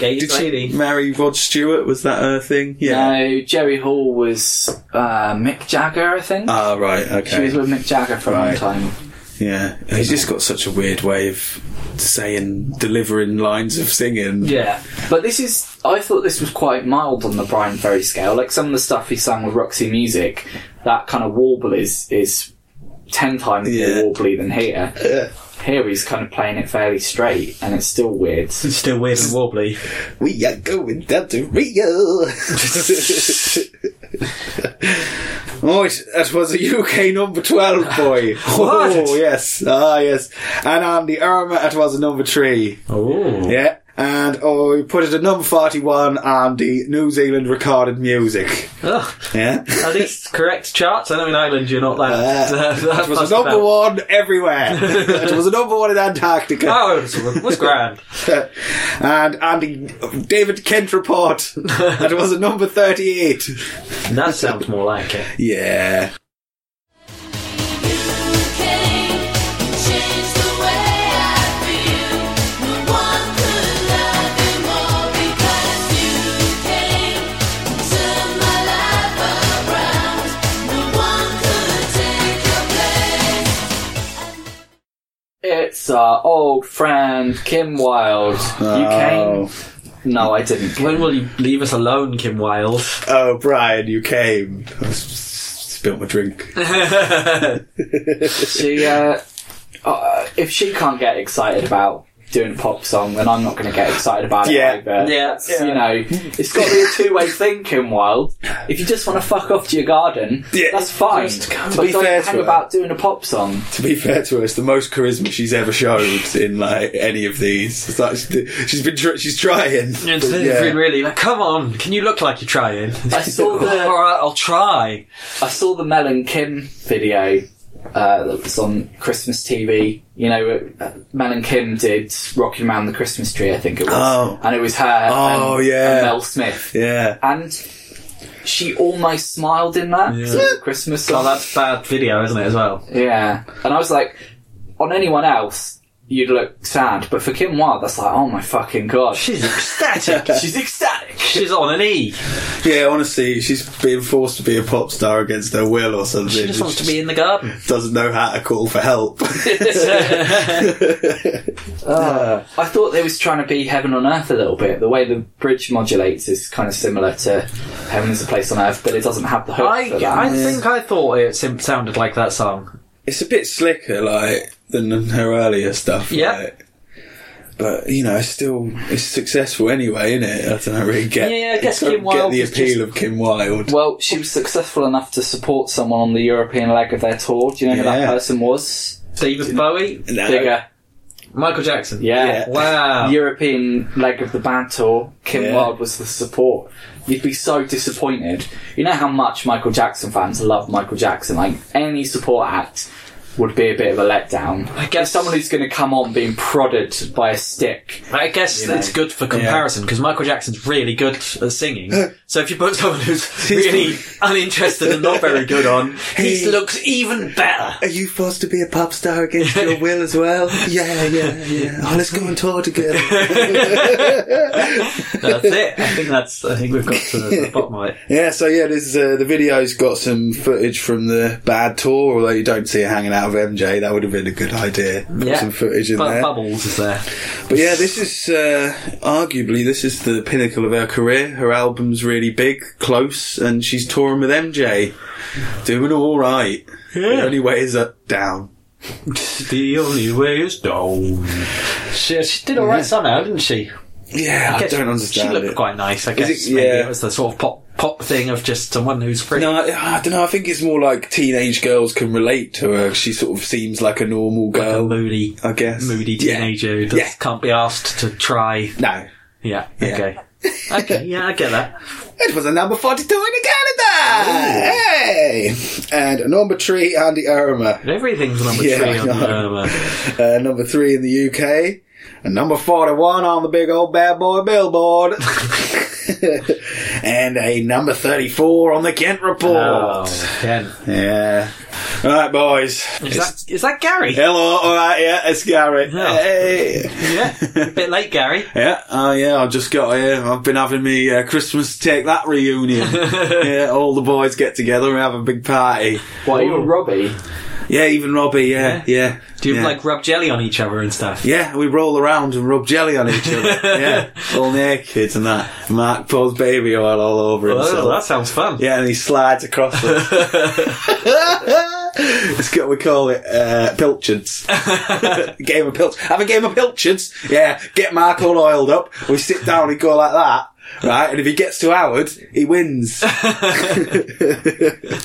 Speaker 1: Did
Speaker 3: 80s
Speaker 1: she
Speaker 3: lady.
Speaker 1: marry Rod Stewart? Was that her thing? Yeah.
Speaker 2: No, Jerry Hall was uh, Mick Jagger, I think.
Speaker 1: Ah, right. Okay.
Speaker 2: She was with Mick Jagger for a long
Speaker 1: Right.
Speaker 2: time.
Speaker 1: Yeah, he's just got such a weird way of saying, delivering lines of singing.
Speaker 3: Yeah,
Speaker 2: But this is, I thought this was quite mild on the Brian Ferry scale. Like some of the stuff he sang with Roxy Music, that kind of warble is is ten times
Speaker 1: Yeah.
Speaker 2: more warbly than here. Here he's kind of playing it fairly straight, and it's still weird.
Speaker 3: It's still weird and wobbly.
Speaker 1: We are going down to Rio. Right, Oh, that was a UK number 12 boy. Oh, yes. Ah, yes. And on the Irma, that was a number 3.
Speaker 3: Oh.
Speaker 1: Yeah. And oh, we put it at number 41 on the New Zealand recorded music.
Speaker 3: Ugh.
Speaker 1: Yeah.
Speaker 3: At least correct charts. I know in Ireland you're not that.
Speaker 1: Uh,
Speaker 3: that
Speaker 1: it was
Speaker 3: fussed
Speaker 1: a number
Speaker 3: about.
Speaker 1: one everywhere. it was a number one in Antarctica.
Speaker 3: Oh, it was, it was grand.
Speaker 1: and Andy David Kent report. that was a number thirty-eight.
Speaker 3: that sounds more like it.
Speaker 1: Yeah.
Speaker 2: It's our old friend Kim Wilde. You
Speaker 1: Oh.
Speaker 2: came? No, I didn't.
Speaker 3: When will you leave us alone, Kim Wilde?
Speaker 1: Oh, Brian, you came. I s- spilled my drink.
Speaker 2: she, uh, uh, if she can't get excited about doing a pop song, then I'm not going to get excited about
Speaker 1: Yeah.
Speaker 2: it either.
Speaker 3: Yeah.
Speaker 2: It's, You know, it's got to be a two-way thing, Kim Wilde. If you just want to fuck off to your garden,
Speaker 1: Yeah.
Speaker 2: that's fine. but
Speaker 1: be
Speaker 2: don't
Speaker 1: fair to
Speaker 2: hang
Speaker 1: her.
Speaker 2: about doing a pop song.
Speaker 1: to be fair to her, it's the most charisma she's ever showed in like any of these. It's like she- she's been tr- she's trying. But,
Speaker 3: It's been really like, come on, can you look like you're trying?
Speaker 2: I saw the-
Speaker 3: All right, I'll try.
Speaker 2: I saw the Mel and Kim video uh, that was on Christmas TV. You know, uh, Mel and Kim did "Rocking Around the Christmas Tree," I think it was,
Speaker 1: Oh.
Speaker 2: and it was her.
Speaker 1: Oh,
Speaker 2: and,
Speaker 1: yeah.
Speaker 2: and Mel Smith,
Speaker 1: yeah.
Speaker 2: and she almost smiled in that
Speaker 3: Yeah.
Speaker 2: 'cause it was a Christmas
Speaker 3: Oh,
Speaker 2: song.
Speaker 3: that's bad video, isn't it, as well?
Speaker 2: yeah, and I was like, on anyone else, you'd look sad, but for Kim Wilde, that's like, oh my fucking god,
Speaker 3: She's ecstatic.
Speaker 2: she's ecstatic.
Speaker 3: She's on an E.
Speaker 1: Yeah, honestly, she's being forced to be a pop star against her will or something.
Speaker 3: She just wants to be in the garden.
Speaker 1: doesn't know how to call for help.
Speaker 2: Uh, I thought they was trying to be heaven on earth a little bit. The way the bridge modulates is kind of similar to heaven is a place on earth, but it doesn't have the hook
Speaker 3: I,
Speaker 2: for that.
Speaker 3: I think I thought it sim- sounded like that song.
Speaker 1: it's a bit slicker, like than her earlier stuff.
Speaker 3: Yeah.
Speaker 1: like. But you know, it's still it's successful anyway, isn't it? I don't really get.
Speaker 3: Yeah, yeah, I guess
Speaker 1: don't
Speaker 3: Kim
Speaker 1: get
Speaker 3: Wilde
Speaker 1: the
Speaker 3: was
Speaker 1: appeal
Speaker 3: just-
Speaker 1: of Kim Wilde.
Speaker 2: well, she was successful enough to support someone on the European leg of their tour. Do you know who
Speaker 1: Yeah. Uh,
Speaker 2: that person was?
Speaker 3: David Bowie,
Speaker 1: No.
Speaker 2: Bigger.
Speaker 3: Michael Jackson.
Speaker 2: Yeah.
Speaker 3: Wow.
Speaker 2: European leg of the band tour, Kim
Speaker 1: Yeah.
Speaker 2: Wilde was the support. You'd be so disappointed. You know how much Michael Jackson fans love Michael Jackson. Like any support act would be a bit of a letdown. I
Speaker 3: guess-
Speaker 2: someone who's going to come on being prodded by a stick.
Speaker 3: I guess
Speaker 2: You know.
Speaker 3: it's good for comparison because Michael Jackson's really good at singing. so if you put someone who's really uninterested and not very good on, he
Speaker 1: He-
Speaker 3: looks even better.
Speaker 1: Are you forced to be a pop star against your will as well? Yeah, yeah, yeah. Oh, let's go on tour together.
Speaker 3: That's it. I think that's. I think we've got to the bottom of it.
Speaker 1: yeah, so yeah, this uh, the video's got some footage from the bad tour, although you don't see her hanging out of MJ. That would have been a good idea. Put
Speaker 3: Yeah.
Speaker 1: Some footage in
Speaker 3: Bu-
Speaker 1: there.
Speaker 3: Bubbles is there.
Speaker 1: But yeah, this is uh, arguably this is the pinnacle of her career. Her album's really big, close, and she's touring with MJ, doing all right. The only way is up, down.
Speaker 3: the only way is down. She, she did alright somehow, didn't she?
Speaker 1: Yeah, I,
Speaker 3: guess
Speaker 1: don't
Speaker 3: She
Speaker 1: understand
Speaker 3: looked
Speaker 1: it.
Speaker 3: quite nice. I guess
Speaker 1: it-
Speaker 3: maybe
Speaker 1: yeah.
Speaker 3: it was the sort of pop pop thing of just someone who's pretty.
Speaker 1: no, I, I don't know. I think it's more like teenage girls can relate to her. She sort of seems like a normal
Speaker 3: a
Speaker 1: girl,
Speaker 3: moody,
Speaker 1: I guess.
Speaker 3: moody
Speaker 1: uh, Yeah.
Speaker 3: teenager who does,
Speaker 1: Yeah.
Speaker 3: can't be asked to try.
Speaker 1: No,
Speaker 3: Yeah. Okay. okay. Yeah, I get that.
Speaker 1: It was a number 42 in Canada! Hey! And number three, Andy Arama.
Speaker 3: Everything's number
Speaker 1: Yeah,
Speaker 3: three on
Speaker 1: I know.
Speaker 3: the Irma.
Speaker 1: Uh, number three in the UK. And number 41 on the big old bad boy billboard. and a number 34 on the Kent Report.
Speaker 3: Oh, Ken.
Speaker 1: Yeah. Alright, boys.
Speaker 3: Is that, is that Gary?
Speaker 1: Hello, alright, yeah, it's Gary.
Speaker 3: Yeah.
Speaker 1: Hey!
Speaker 3: Yeah. A bit late, Gary.
Speaker 1: Yeah, oh yeah, I've just got here. I've been having me uh, Christmas take that reunion. yeah, all the boys get together and have a big party.
Speaker 2: What, even Robbie?
Speaker 1: Yeah, even Robbie. Yeah, yeah.
Speaker 3: Do you
Speaker 1: yeah.
Speaker 3: like rub jelly on each other and stuff?
Speaker 1: Yeah, we roll around and rub jelly on each other. yeah, all naked and that. Mark pours baby oil all over
Speaker 3: Oh,
Speaker 1: himself.
Speaker 3: that sounds fun.
Speaker 1: yeah, and he slides across us. It's good. We call it uh, pilchards. game of pilch. Have a game of pilchards. Yeah. Get Mark all oiled up. We sit down and go like that. Right, and if he gets to Howard, he wins.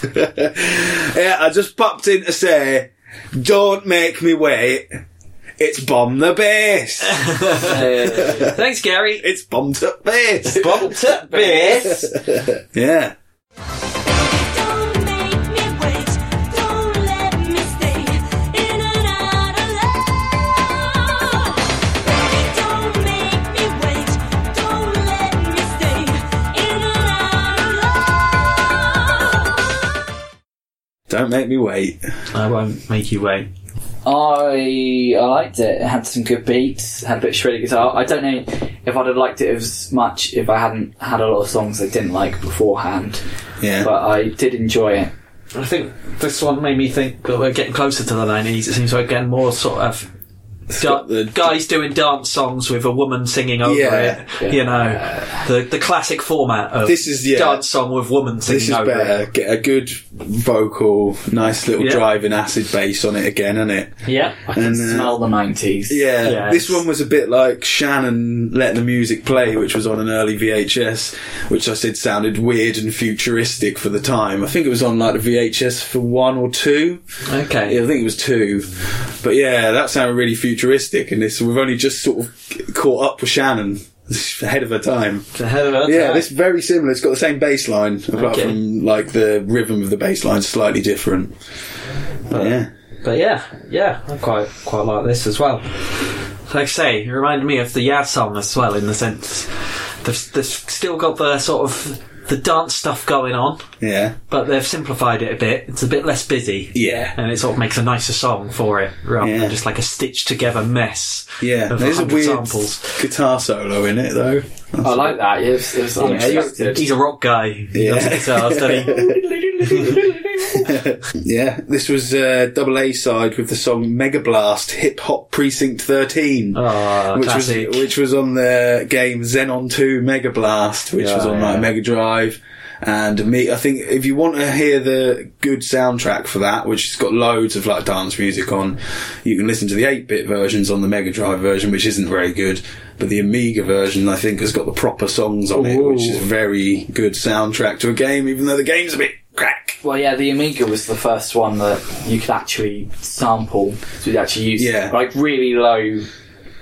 Speaker 1: yeah, I just popped in to say, don't make me wait. It's bomb the base.
Speaker 3: Thanks, Gary.
Speaker 1: It's bombed up base.
Speaker 3: Bottle tip base.
Speaker 1: yeah.
Speaker 6: Don't make me wait. Don't let me stay in and out of love. Baby, don't make me wait. Don't let me stay in and out of love.
Speaker 1: Don't make me wait.
Speaker 3: I won't make you wait.
Speaker 2: I I liked it. It had some good beats. Had a bit of shreddy guitar. I don't know if I'd have liked it as much if I hadn't had a lot of songs I didn't like beforehand.
Speaker 1: Yeah.
Speaker 2: But I did enjoy it.
Speaker 3: I think this one made me think that we're getting closer to the 90s. It seems we're getting more sort of da-
Speaker 1: got the-
Speaker 3: guys doing dance songs with a woman singing over
Speaker 1: Yeah.
Speaker 3: it. You know,
Speaker 2: Uh,
Speaker 3: the the classic format of
Speaker 1: This is- yeah.
Speaker 3: dance song with woman singing
Speaker 1: This is
Speaker 3: over
Speaker 1: better.
Speaker 3: it.
Speaker 1: Get a good vocal, nice little
Speaker 3: Yeah.
Speaker 1: driving acid bass on it again, isn't it?
Speaker 3: Yeah.
Speaker 2: I can
Speaker 1: And, uh,
Speaker 2: smell the nineties.
Speaker 1: Yeah.
Speaker 3: Yeah,
Speaker 1: this
Speaker 3: it's-
Speaker 1: one was a bit like Shannon Let the Music Play, which was on an early VHS, which I said sounded weird and futuristic for the time. I think it was on like the VHS for one or two.
Speaker 3: Okay.
Speaker 1: Yeah, I think it was two. But yeah, that sounded really futuristic, and this we've only just sort of caught up with Shannon. Ahead of her time.
Speaker 3: The hell of a-
Speaker 1: Yeah, this is very similar. It's got the same bass line, apart
Speaker 3: Okay.
Speaker 1: from like the rhythm of the bass line slightly different. But yeah.
Speaker 3: But yeah, yeah, I quite quite like this as well. Like I say, it reminded me of the Yeah song as well, in the sense they've, they've still got the sort of the dance stuff going on,
Speaker 1: Yeah.
Speaker 3: but they've simplified it a bit. It's a bit less busy.
Speaker 1: Yeah.
Speaker 3: And it sort of makes a nicer song for it, rather
Speaker 1: Yeah.
Speaker 3: than just like a stitched together mess.
Speaker 1: Yeah.
Speaker 3: of
Speaker 1: There's a
Speaker 3: 100
Speaker 1: weird
Speaker 3: samples.
Speaker 1: guitar solo in it though.
Speaker 2: I like that. It was, it was unexpected.
Speaker 3: He's a rock guy. He
Speaker 1: Yeah.
Speaker 3: loves guitars, doesn't he?
Speaker 1: Yeah. This was uh, double A side with the song Mega Blast Hip Hop Precinct 13.
Speaker 3: Ah,
Speaker 1: which was,
Speaker 3: classic.
Speaker 1: which was on the game Xenon 2 Mega Blast, which
Speaker 3: Yeah,
Speaker 1: was on
Speaker 3: yeah.
Speaker 1: like Mega Drive. And me, I think if you want to hear the good soundtrack for that, which has got loads of like dance music on, you can listen to the 8-bit versions on the Mega Drive version, which isn't very good. But the Amiga version, I think, has got the proper songs on it, which is a very good soundtrack to a game, even though the game's a bit crack.
Speaker 2: Well, yeah, the Amiga was the first one that you could actually sample to actually use,
Speaker 1: Yeah.
Speaker 2: like really low,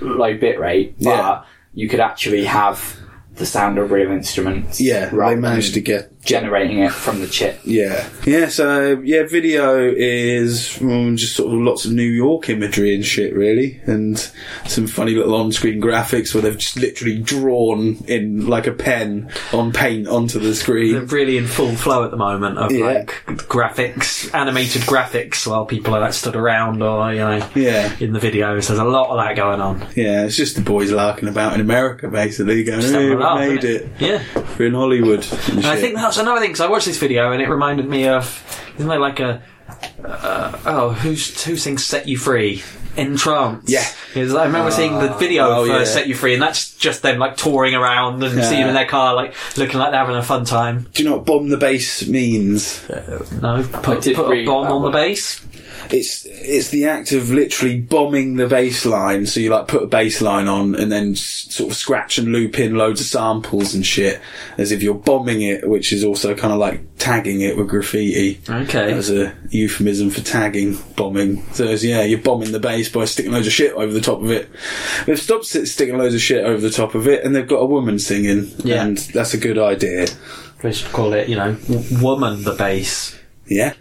Speaker 2: low bit rate, but
Speaker 1: Yeah.
Speaker 2: you could actually have the sound of real instruments.
Speaker 1: Yeah,
Speaker 2: rather
Speaker 1: they managed to
Speaker 2: than
Speaker 1: get
Speaker 2: generating it from the chip.
Speaker 1: Yeah. Yeah, so, yeah, video is mm, just sort of lots of New York imagery and shit, really. And some funny little on screen graphics where they've just literally drawn in like a pen on paint onto the
Speaker 3: They're
Speaker 1: screen.
Speaker 3: really in full flow at the moment of
Speaker 1: Yeah.
Speaker 3: like graphics, animated graphics, while people are like stood around or you know
Speaker 1: Yeah.
Speaker 3: in the videos. There's a lot of that going on.
Speaker 1: Yeah, it's just the boys larking about in America, basically, going,
Speaker 3: Just having
Speaker 1: hey,
Speaker 3: a
Speaker 1: we
Speaker 3: laugh,
Speaker 1: made
Speaker 3: isn't
Speaker 1: it.
Speaker 3: Yeah,
Speaker 1: We're in Hollywood. And
Speaker 3: and I
Speaker 1: shit.
Speaker 3: think that's another thing because I watched this video and it reminded me of isn't there like a uh, oh who's who sings "Set You Free" in trance?
Speaker 1: Yeah.
Speaker 3: 'Cause I remember seeing the video
Speaker 1: Oh,
Speaker 3: for
Speaker 1: yeah.
Speaker 3: "Set You Free" and that's just them like touring around and
Speaker 1: Yeah.
Speaker 3: seeing them in their car like looking like they're having a fun time.
Speaker 1: Do you know what bomb the base means?
Speaker 3: No, put,
Speaker 2: did
Speaker 3: put a
Speaker 2: read
Speaker 3: bomb
Speaker 2: that
Speaker 3: on the
Speaker 2: one.
Speaker 3: base.
Speaker 1: it's it's the act of literally bombing the bass line. So you like put a bass line on and then s- sort of scratch and loop in loads of samples and shit, as if you're bombing it, which is also kind of like tagging it with graffiti.
Speaker 3: Okay.
Speaker 1: as a euphemism for tagging bombing. So it's, yeah, you're bombing the bass by sticking loads of shit over the top of it. They've stopped s- sticking loads of shit over the top of it, and they've got a woman singing,
Speaker 3: Yeah.
Speaker 1: and that's a good idea.
Speaker 3: They should call it, you know, w- woman the base,
Speaker 1: Yeah.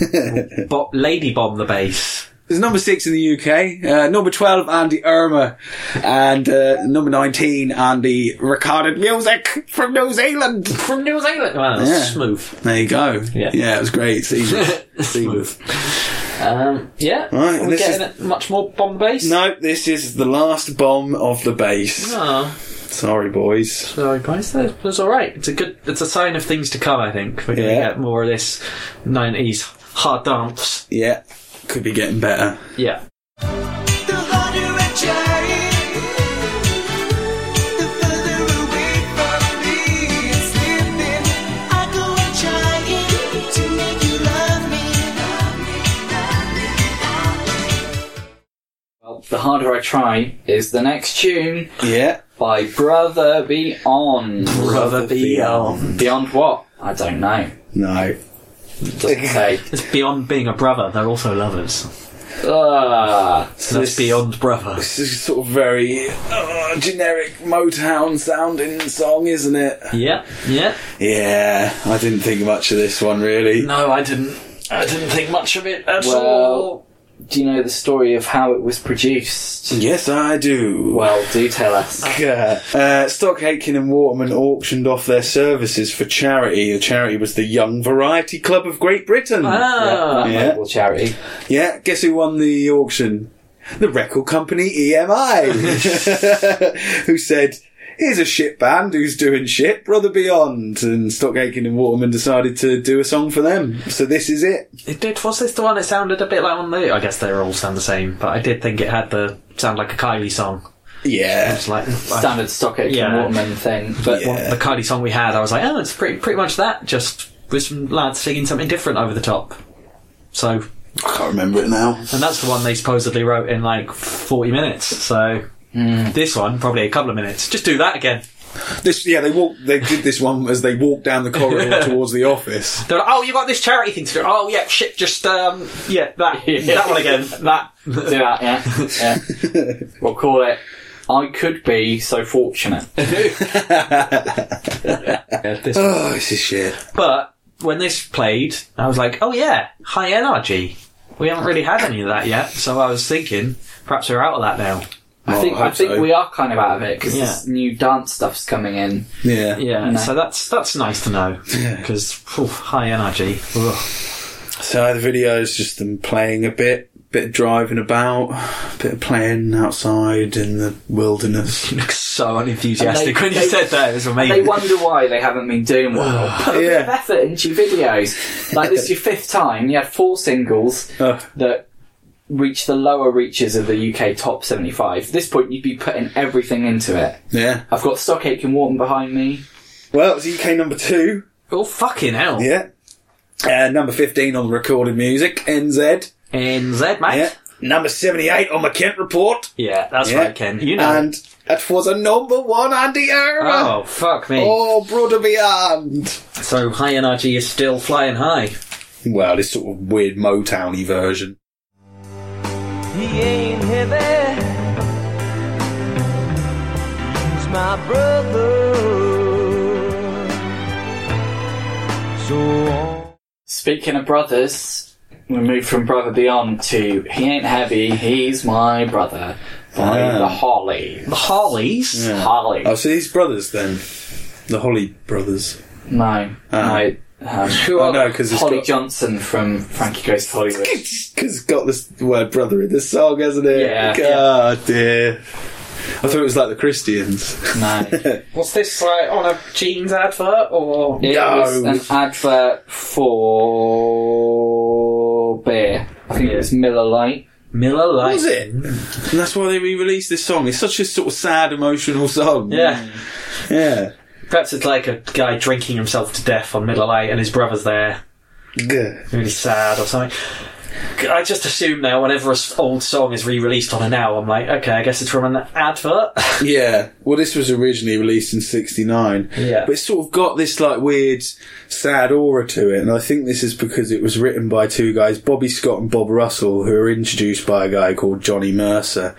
Speaker 3: Bo- lady bomb the base.
Speaker 1: There's number six in the UK, uh, number 12, Andy Irma, and uh, number 19, Andy Recorded Music from New Zealand.
Speaker 3: From New Zealand. Wow, that's
Speaker 1: Yeah.
Speaker 3: smooth.
Speaker 1: There you go.
Speaker 3: Yeah.
Speaker 1: it was great. Seamless.
Speaker 3: smooth. Um, yeah.
Speaker 1: Right,
Speaker 3: Are we
Speaker 1: this
Speaker 3: getting it much more bomb base?
Speaker 1: no, this is the last bomb of the bass.
Speaker 3: Oh,
Speaker 1: Sorry, boys.
Speaker 3: sorry guys, that was alright. It's a good, it's a sign of things to come, I think. We're
Speaker 1: Yeah.
Speaker 3: gonna get more of this 90s hard dance.
Speaker 1: Yeah, could be getting better.
Speaker 3: Yeah.
Speaker 5: The harder I try, the further away from me it's slipping. I go and trying to make you love me, love me.
Speaker 2: Harder I Try is the next tune
Speaker 1: Yeah.
Speaker 2: by Brother Beyond.
Speaker 3: Brother Beyond.
Speaker 2: Beyond what? I don't know.
Speaker 1: No.
Speaker 2: Doesn't say.
Speaker 3: It's beyond being a brother, they're also lovers.
Speaker 2: Ah,
Speaker 3: So that's beyond brother.
Speaker 1: This is sort of very uh, generic Motown sounding song, isn't it?
Speaker 3: Yeah, yeah.
Speaker 1: Yeah, I didn't think much of this one really.
Speaker 3: No, I didn't. I didn't think much of it at
Speaker 2: Well-
Speaker 3: all.
Speaker 2: do you know the story of how it was produced?
Speaker 1: Yes, I do.
Speaker 2: Well, do tell us.
Speaker 1: Yeah. Uh, Stock Aitken and Waterman auctioned off their services for charity. The charity was the Young Variety Club of Great Britain.
Speaker 3: Ah,
Speaker 2: That
Speaker 1: Yeah.
Speaker 2: local charity.
Speaker 1: Yeah, guess who won the auction? The record company EMI, who said, Here's a shit band who's doing shit, Brother Beyond. And Stock Aitken and Waterman decided to do a song for them. So this is it.
Speaker 3: it did. Was this the one that sounded a bit like on the? I guess they all sound the same, but I did think it had the sound like a Kylie song.
Speaker 1: Yeah.
Speaker 3: It's like I-
Speaker 2: Standard stock Aitken
Speaker 3: Yeah.
Speaker 2: Waterman thing. But
Speaker 1: Yeah.
Speaker 3: the Kylie song we had. I was like, oh, it's pretty pretty much that, just with some lads singing something different over the top. So,
Speaker 1: I can't remember it now.
Speaker 3: and that's the one they supposedly wrote in like forty minutes. So. This one probably a couple of minutes. Just do that again.
Speaker 1: This, yeah, they walked, they did this one as they walked down the corridor towards the office.
Speaker 3: They're like, "Oh, you got this charity thing to do." Oh, yeah, shit, just um, yeah, that that one again. That
Speaker 2: do that, yeah. yeah. we'll call it I Could Be So Fortunate.
Speaker 1: Oh, this is shit.
Speaker 3: But when this played, I was like, oh yeah, high energy. We haven't really had any of that yet, so I was thinking perhaps we're out of that now.
Speaker 2: I think,
Speaker 1: Well, I
Speaker 2: I
Speaker 1: hope
Speaker 2: think
Speaker 1: so.
Speaker 2: we are kind of out of it because
Speaker 3: Yeah.
Speaker 2: this new dance stuff's coming in.
Speaker 1: Yeah.
Speaker 3: Yeah,
Speaker 2: No.
Speaker 3: so that's that's nice to know because high energy. Ugh.
Speaker 1: So the video is just them playing a bit, bit of driving about, bit of playing outside in the wilderness.
Speaker 3: You look so unenthusiastic
Speaker 2: And they-
Speaker 3: when you
Speaker 2: they-
Speaker 3: said that. It was
Speaker 2: They
Speaker 3: amazing.
Speaker 2: wonder why they haven't been doing well. Put a bit of
Speaker 1: Yeah.
Speaker 2: effort into your videos. Like this is your fifth time. You had four singles
Speaker 1: Ugh.
Speaker 2: that reached the lower reaches of the UK top 75. At this point, you'd be putting everything into it.
Speaker 1: Yeah.
Speaker 2: I've got Stock Aitken Wharton behind me.
Speaker 1: Well, it's UK number two.
Speaker 3: oh fucking hell!
Speaker 1: Yeah. Uh, number 15 on the recorded music, NZ.
Speaker 3: NZ mate.
Speaker 1: Yeah. Number 78 on my Kent report.
Speaker 3: Yeah, that's
Speaker 1: Yeah.
Speaker 3: right, Ken. You know.
Speaker 1: And that was a number one on the era.
Speaker 3: oh fuck me!
Speaker 1: oh brother beyond.
Speaker 3: So high energy is still flying high.
Speaker 1: Well, this sort of weird Motowny version.
Speaker 5: He ain't heavy. He's my brother. So on.
Speaker 2: Speaking of brothers, we move from Brother Beyond to He Ain't Heavy, He's My Brother by
Speaker 1: Ah.
Speaker 2: The Hollies.
Speaker 3: The Hollies.
Speaker 2: Hollies.
Speaker 1: Oh, so these brothers then. The Holly brothers.
Speaker 2: No,
Speaker 1: Ah.
Speaker 2: no. Um,
Speaker 3: Who
Speaker 1: Oh,
Speaker 3: are
Speaker 1: no, because it's
Speaker 2: Holly
Speaker 1: got-
Speaker 2: Johnson from Frankie Goes to Hollywood.
Speaker 1: Because it's got this word brother in the song, hasn't it?
Speaker 2: Yeah.
Speaker 1: God dear. I thought it was like the Christians.
Speaker 2: No.
Speaker 3: What's this like on a jeans advert or?
Speaker 2: It
Speaker 1: No.
Speaker 2: was an advert for beer. I think it was Miller Lite.
Speaker 3: Miller Lite.
Speaker 1: Was it? And that's why they re-released this song. It's such a sort of sad, emotional song.
Speaker 3: Yeah.
Speaker 1: Yeah.
Speaker 3: Perhaps it's like a guy drinking himself to death on Miller Lite and his brother's there,
Speaker 1: Good.
Speaker 3: really sad or something. I just assume now whenever an old song is re-released on a now, I'm like, okay, I guess it's from an advert.
Speaker 1: Yeah. Well, this was originally released in '69.
Speaker 3: Yeah.
Speaker 1: But it's sort of got this like weird, sad aura to it, and I think this is because it was written by two guys, Bobby Scott and Bob Russell, who were introduced by a guy called Johnny Mercer.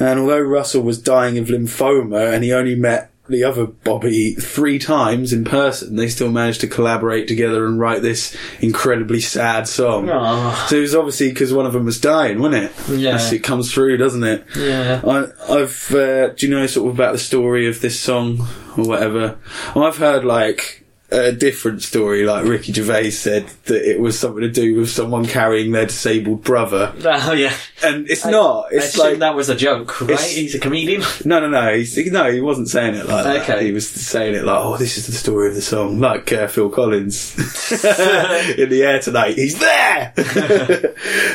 Speaker 1: And although Russell was dying of lymphoma, and he only met the other Bobby three times in person, they still managed to collaborate together and write this incredibly sad song.
Speaker 3: Aw.
Speaker 1: So it was obviously because one of them was dying, wasn't it?
Speaker 3: Yeah.
Speaker 1: That's- it comes through, doesn't it?
Speaker 3: yeah.
Speaker 1: I, I've uh, do you know sort of about the story of this song or whatever? I've heard like a different story. Like Ricky Gervais said that it was something to do with someone carrying their disabled brother,
Speaker 3: Oh yeah.
Speaker 1: and it's not. It's
Speaker 3: I assume
Speaker 1: like
Speaker 3: that was a joke, right?
Speaker 1: It's-
Speaker 3: He's a comedian.
Speaker 1: no, no, no. He's, no, he wasn't saying it like that.
Speaker 3: Okay.
Speaker 1: He was saying it like, "Oh, this is the story of the song." Like uh, Phil Collins in the air tonight. He's there.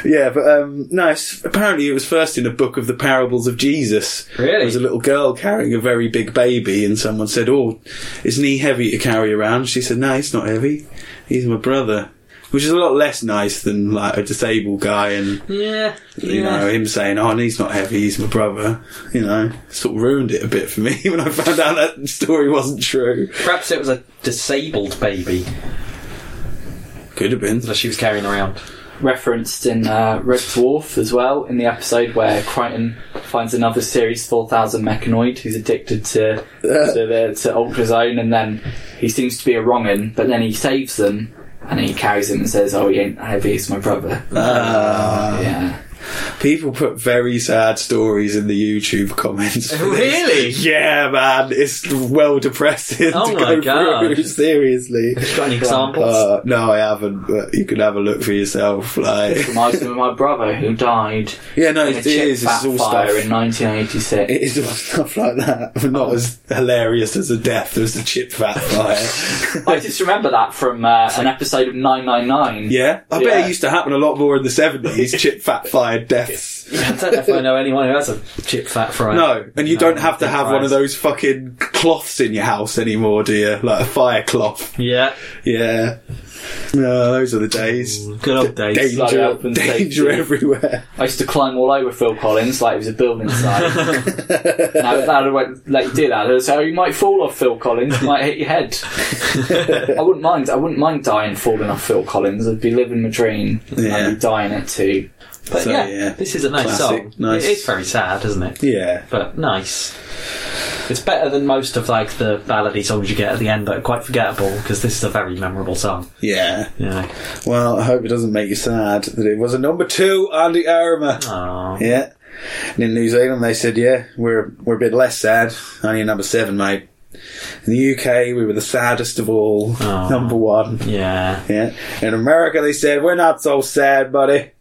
Speaker 1: yeah, but um, no. It's, apparently, it was first in a book of the parables of Jesus.
Speaker 3: Really?
Speaker 1: there was a little girl carrying a very big baby, and someone said, "Oh, isn't he heavy to carry around?" She said, "No, he's not heavy. He's my brother." which is a lot less nice than like a disabled guy and
Speaker 3: Yeah.
Speaker 1: you know him saying, "Oh, and he's not heavy, he's my brother." You know, sort of ruined it a bit for me when I found out that story wasn't true.
Speaker 3: Perhaps it was a disabled baby
Speaker 1: Could have been.
Speaker 3: that she was carrying around.
Speaker 2: referenced in uh, Red Dwarf as well in the episode where Crichton finds another series 4000 mechanoid who's addicted to to, the, to ultrazone and then he seems to be a wrong un but then he saves them and he carries him and says oh he ain't heavy he's my brother
Speaker 1: Ah.
Speaker 2: yeah
Speaker 1: People put very sad stories in the YouTube comments.
Speaker 3: Oh, Really?
Speaker 1: Yeah, man, it's well depressing
Speaker 3: Oh
Speaker 1: to
Speaker 3: my
Speaker 1: go
Speaker 3: God.
Speaker 1: through. Seriously.
Speaker 3: Got any examples?
Speaker 1: Uh, no, I haven't. But you can have a look for yourself. Like,
Speaker 2: reminds me of my brother who died
Speaker 1: yeah, no, it,
Speaker 2: in a
Speaker 1: it
Speaker 2: chip
Speaker 1: is. It's all
Speaker 2: backfire
Speaker 1: stuff.
Speaker 2: in 1986
Speaker 1: it is all stuff like that. But
Speaker 3: Oh.
Speaker 1: not as hilarious as a death as the chip fat fire.
Speaker 2: I just remember that from uh, an episode of 999
Speaker 1: yeah, I bet
Speaker 2: Yeah.
Speaker 1: it used to happen a lot more in the seventies. chip fat fire deaths.
Speaker 3: I don't know if I know anyone who has a chip fat fry.
Speaker 1: No, and you
Speaker 3: No,
Speaker 1: don't have to
Speaker 3: deep
Speaker 1: have one
Speaker 3: fries.
Speaker 1: of those fucking cloths in your house anymore, do you? Like a fire cloth.
Speaker 3: Yeah.
Speaker 1: Yeah. No, those are the days.
Speaker 3: Good old days.
Speaker 2: Slow
Speaker 1: Danger,
Speaker 2: up and
Speaker 1: danger
Speaker 2: safety.
Speaker 1: everywhere.
Speaker 2: I used to climb all over Phil Collins like it was a building site. now, if that would let you do that, I'd say, oh, you might fall off Phil Collins, you might hit your head. I wouldn't mind. I wouldn't mind dying falling off Phil Collins. I'd be living my dream.
Speaker 1: Yeah.
Speaker 2: I'd be dying it too.
Speaker 3: But
Speaker 1: So,
Speaker 3: yeah,
Speaker 1: yeah.
Speaker 3: this is a nice
Speaker 1: Classic,
Speaker 3: song.
Speaker 1: nice.
Speaker 3: It is very sad, isn't it?
Speaker 1: Yeah.
Speaker 3: But nice. It's better than most of like the ballady songs you get at the end that are quite forgettable because this is a very memorable song.
Speaker 1: Yeah.
Speaker 3: You know.
Speaker 1: Well, I hope it doesn't make you sad that it was a number two, Andy Armour.
Speaker 3: Aw.
Speaker 1: Yeah. And in New Zealand, they said, yeah, we're, we're a bit less sad. Only a number seven, mate. In the UK, we were the saddest of all.
Speaker 3: Aw.
Speaker 1: Number one.
Speaker 3: Yeah.
Speaker 1: Yeah. In America, they said, we're not so sad, buddy.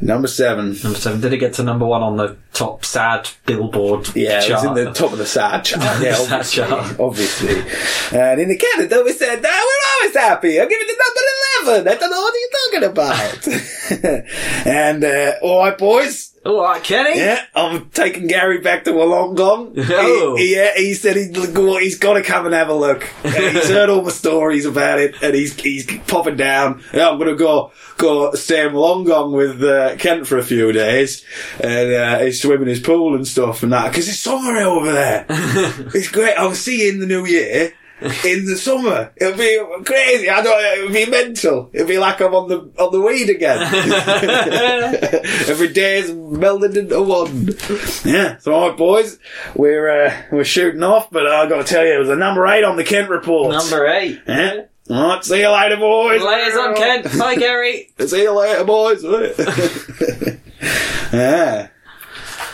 Speaker 1: Number seven.
Speaker 3: Number seven. Did it get to number one on the top sad Billboard
Speaker 1: Yeah,
Speaker 3: chart?
Speaker 1: it was in the top of the sad chart. Yeah,
Speaker 3: Sad
Speaker 1: obviously,
Speaker 3: chart.
Speaker 1: obviously. And in the Canada, we said, no, we're always happy. I'm giving the number 11. I don't know what you're talking about. and, uh, all right, boys.
Speaker 3: All right, Kenny.
Speaker 1: Yeah, I'm taking Gary back to Wollongong.
Speaker 3: Oh.
Speaker 1: He, yeah, he said he'd, well, he's got to come and have a look. And he's heard all my stories about it, and he's he's popping down. Yeah, I'm going to go go stay in Wollongong with uh, Kent for a few days, and uh, he's swimming his pool and stuff and that because it's summer over there. it's great. I'll see you in the new year. In the summer, it'll be crazy. I don't. It'll be mental. It'll be like I'm on the on the weed again. Every day is melded into one. Yeah. So, all right, boys, we're uh, we're shooting off, but I got to tell you, it was a number eight on the Kent report.
Speaker 3: Number eight.
Speaker 1: Yeah. All right. See you later, boys.
Speaker 3: Layers on Kent. Bye, Gary.
Speaker 1: See you later, boys. yeah.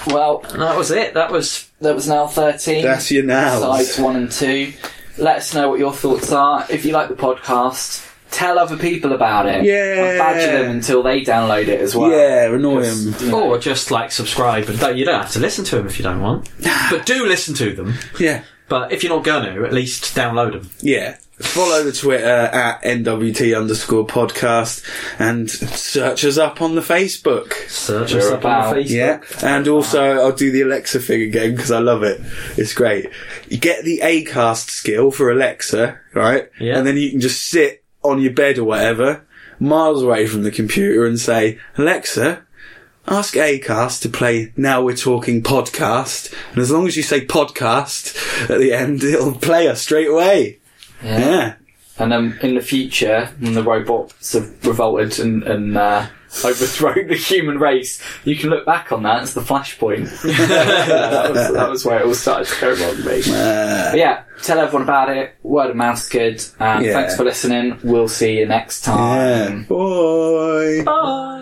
Speaker 2: Well,
Speaker 3: And that was it. That was
Speaker 2: that was now thirteen.
Speaker 1: That's your
Speaker 2: sides
Speaker 1: nows.
Speaker 2: one and two. Let us know what your thoughts are. If you like the podcast, tell other people about it.
Speaker 1: Yeah.
Speaker 2: and badger them until they download it as well.
Speaker 1: Yeah, annoy
Speaker 2: 'Cause,
Speaker 1: him.
Speaker 2: you know,
Speaker 3: Or just like subscribe and don't, you don't have to listen to them if you don't want. But do listen to them.
Speaker 1: Yeah.
Speaker 3: But if you're not going to, at least download them.
Speaker 1: Yeah. Follow the Twitter at NWT underscore podcast and search us up on the Facebook.
Speaker 3: Search
Speaker 2: We're
Speaker 3: us up on
Speaker 2: about-
Speaker 3: the Facebook.
Speaker 1: Yeah, and also I'll do the Alexa thing again because I love it. It's great. You get the Acast skill for Alexa, right?
Speaker 3: Yeah.
Speaker 1: And then you can just sit on your bed or whatever, miles away from the computer, and say, Alexa, ask Acast to play Now We're Talking podcast. And as long as you say podcast at the end, it'll play us straight away.
Speaker 2: yeah.
Speaker 1: Yeah.
Speaker 2: And then in the future, when the robots have revolted and, and uh, overthrown the human race, you can look back on that. It's the flashpoint. that, was, that was where it all started to go wrong, mate. But yeah, tell everyone about it. Word of mouth's good. And
Speaker 1: Yeah.
Speaker 2: thanks for listening. We'll see you next
Speaker 1: Yeah.
Speaker 2: time.
Speaker 1: Boy.
Speaker 2: Bye.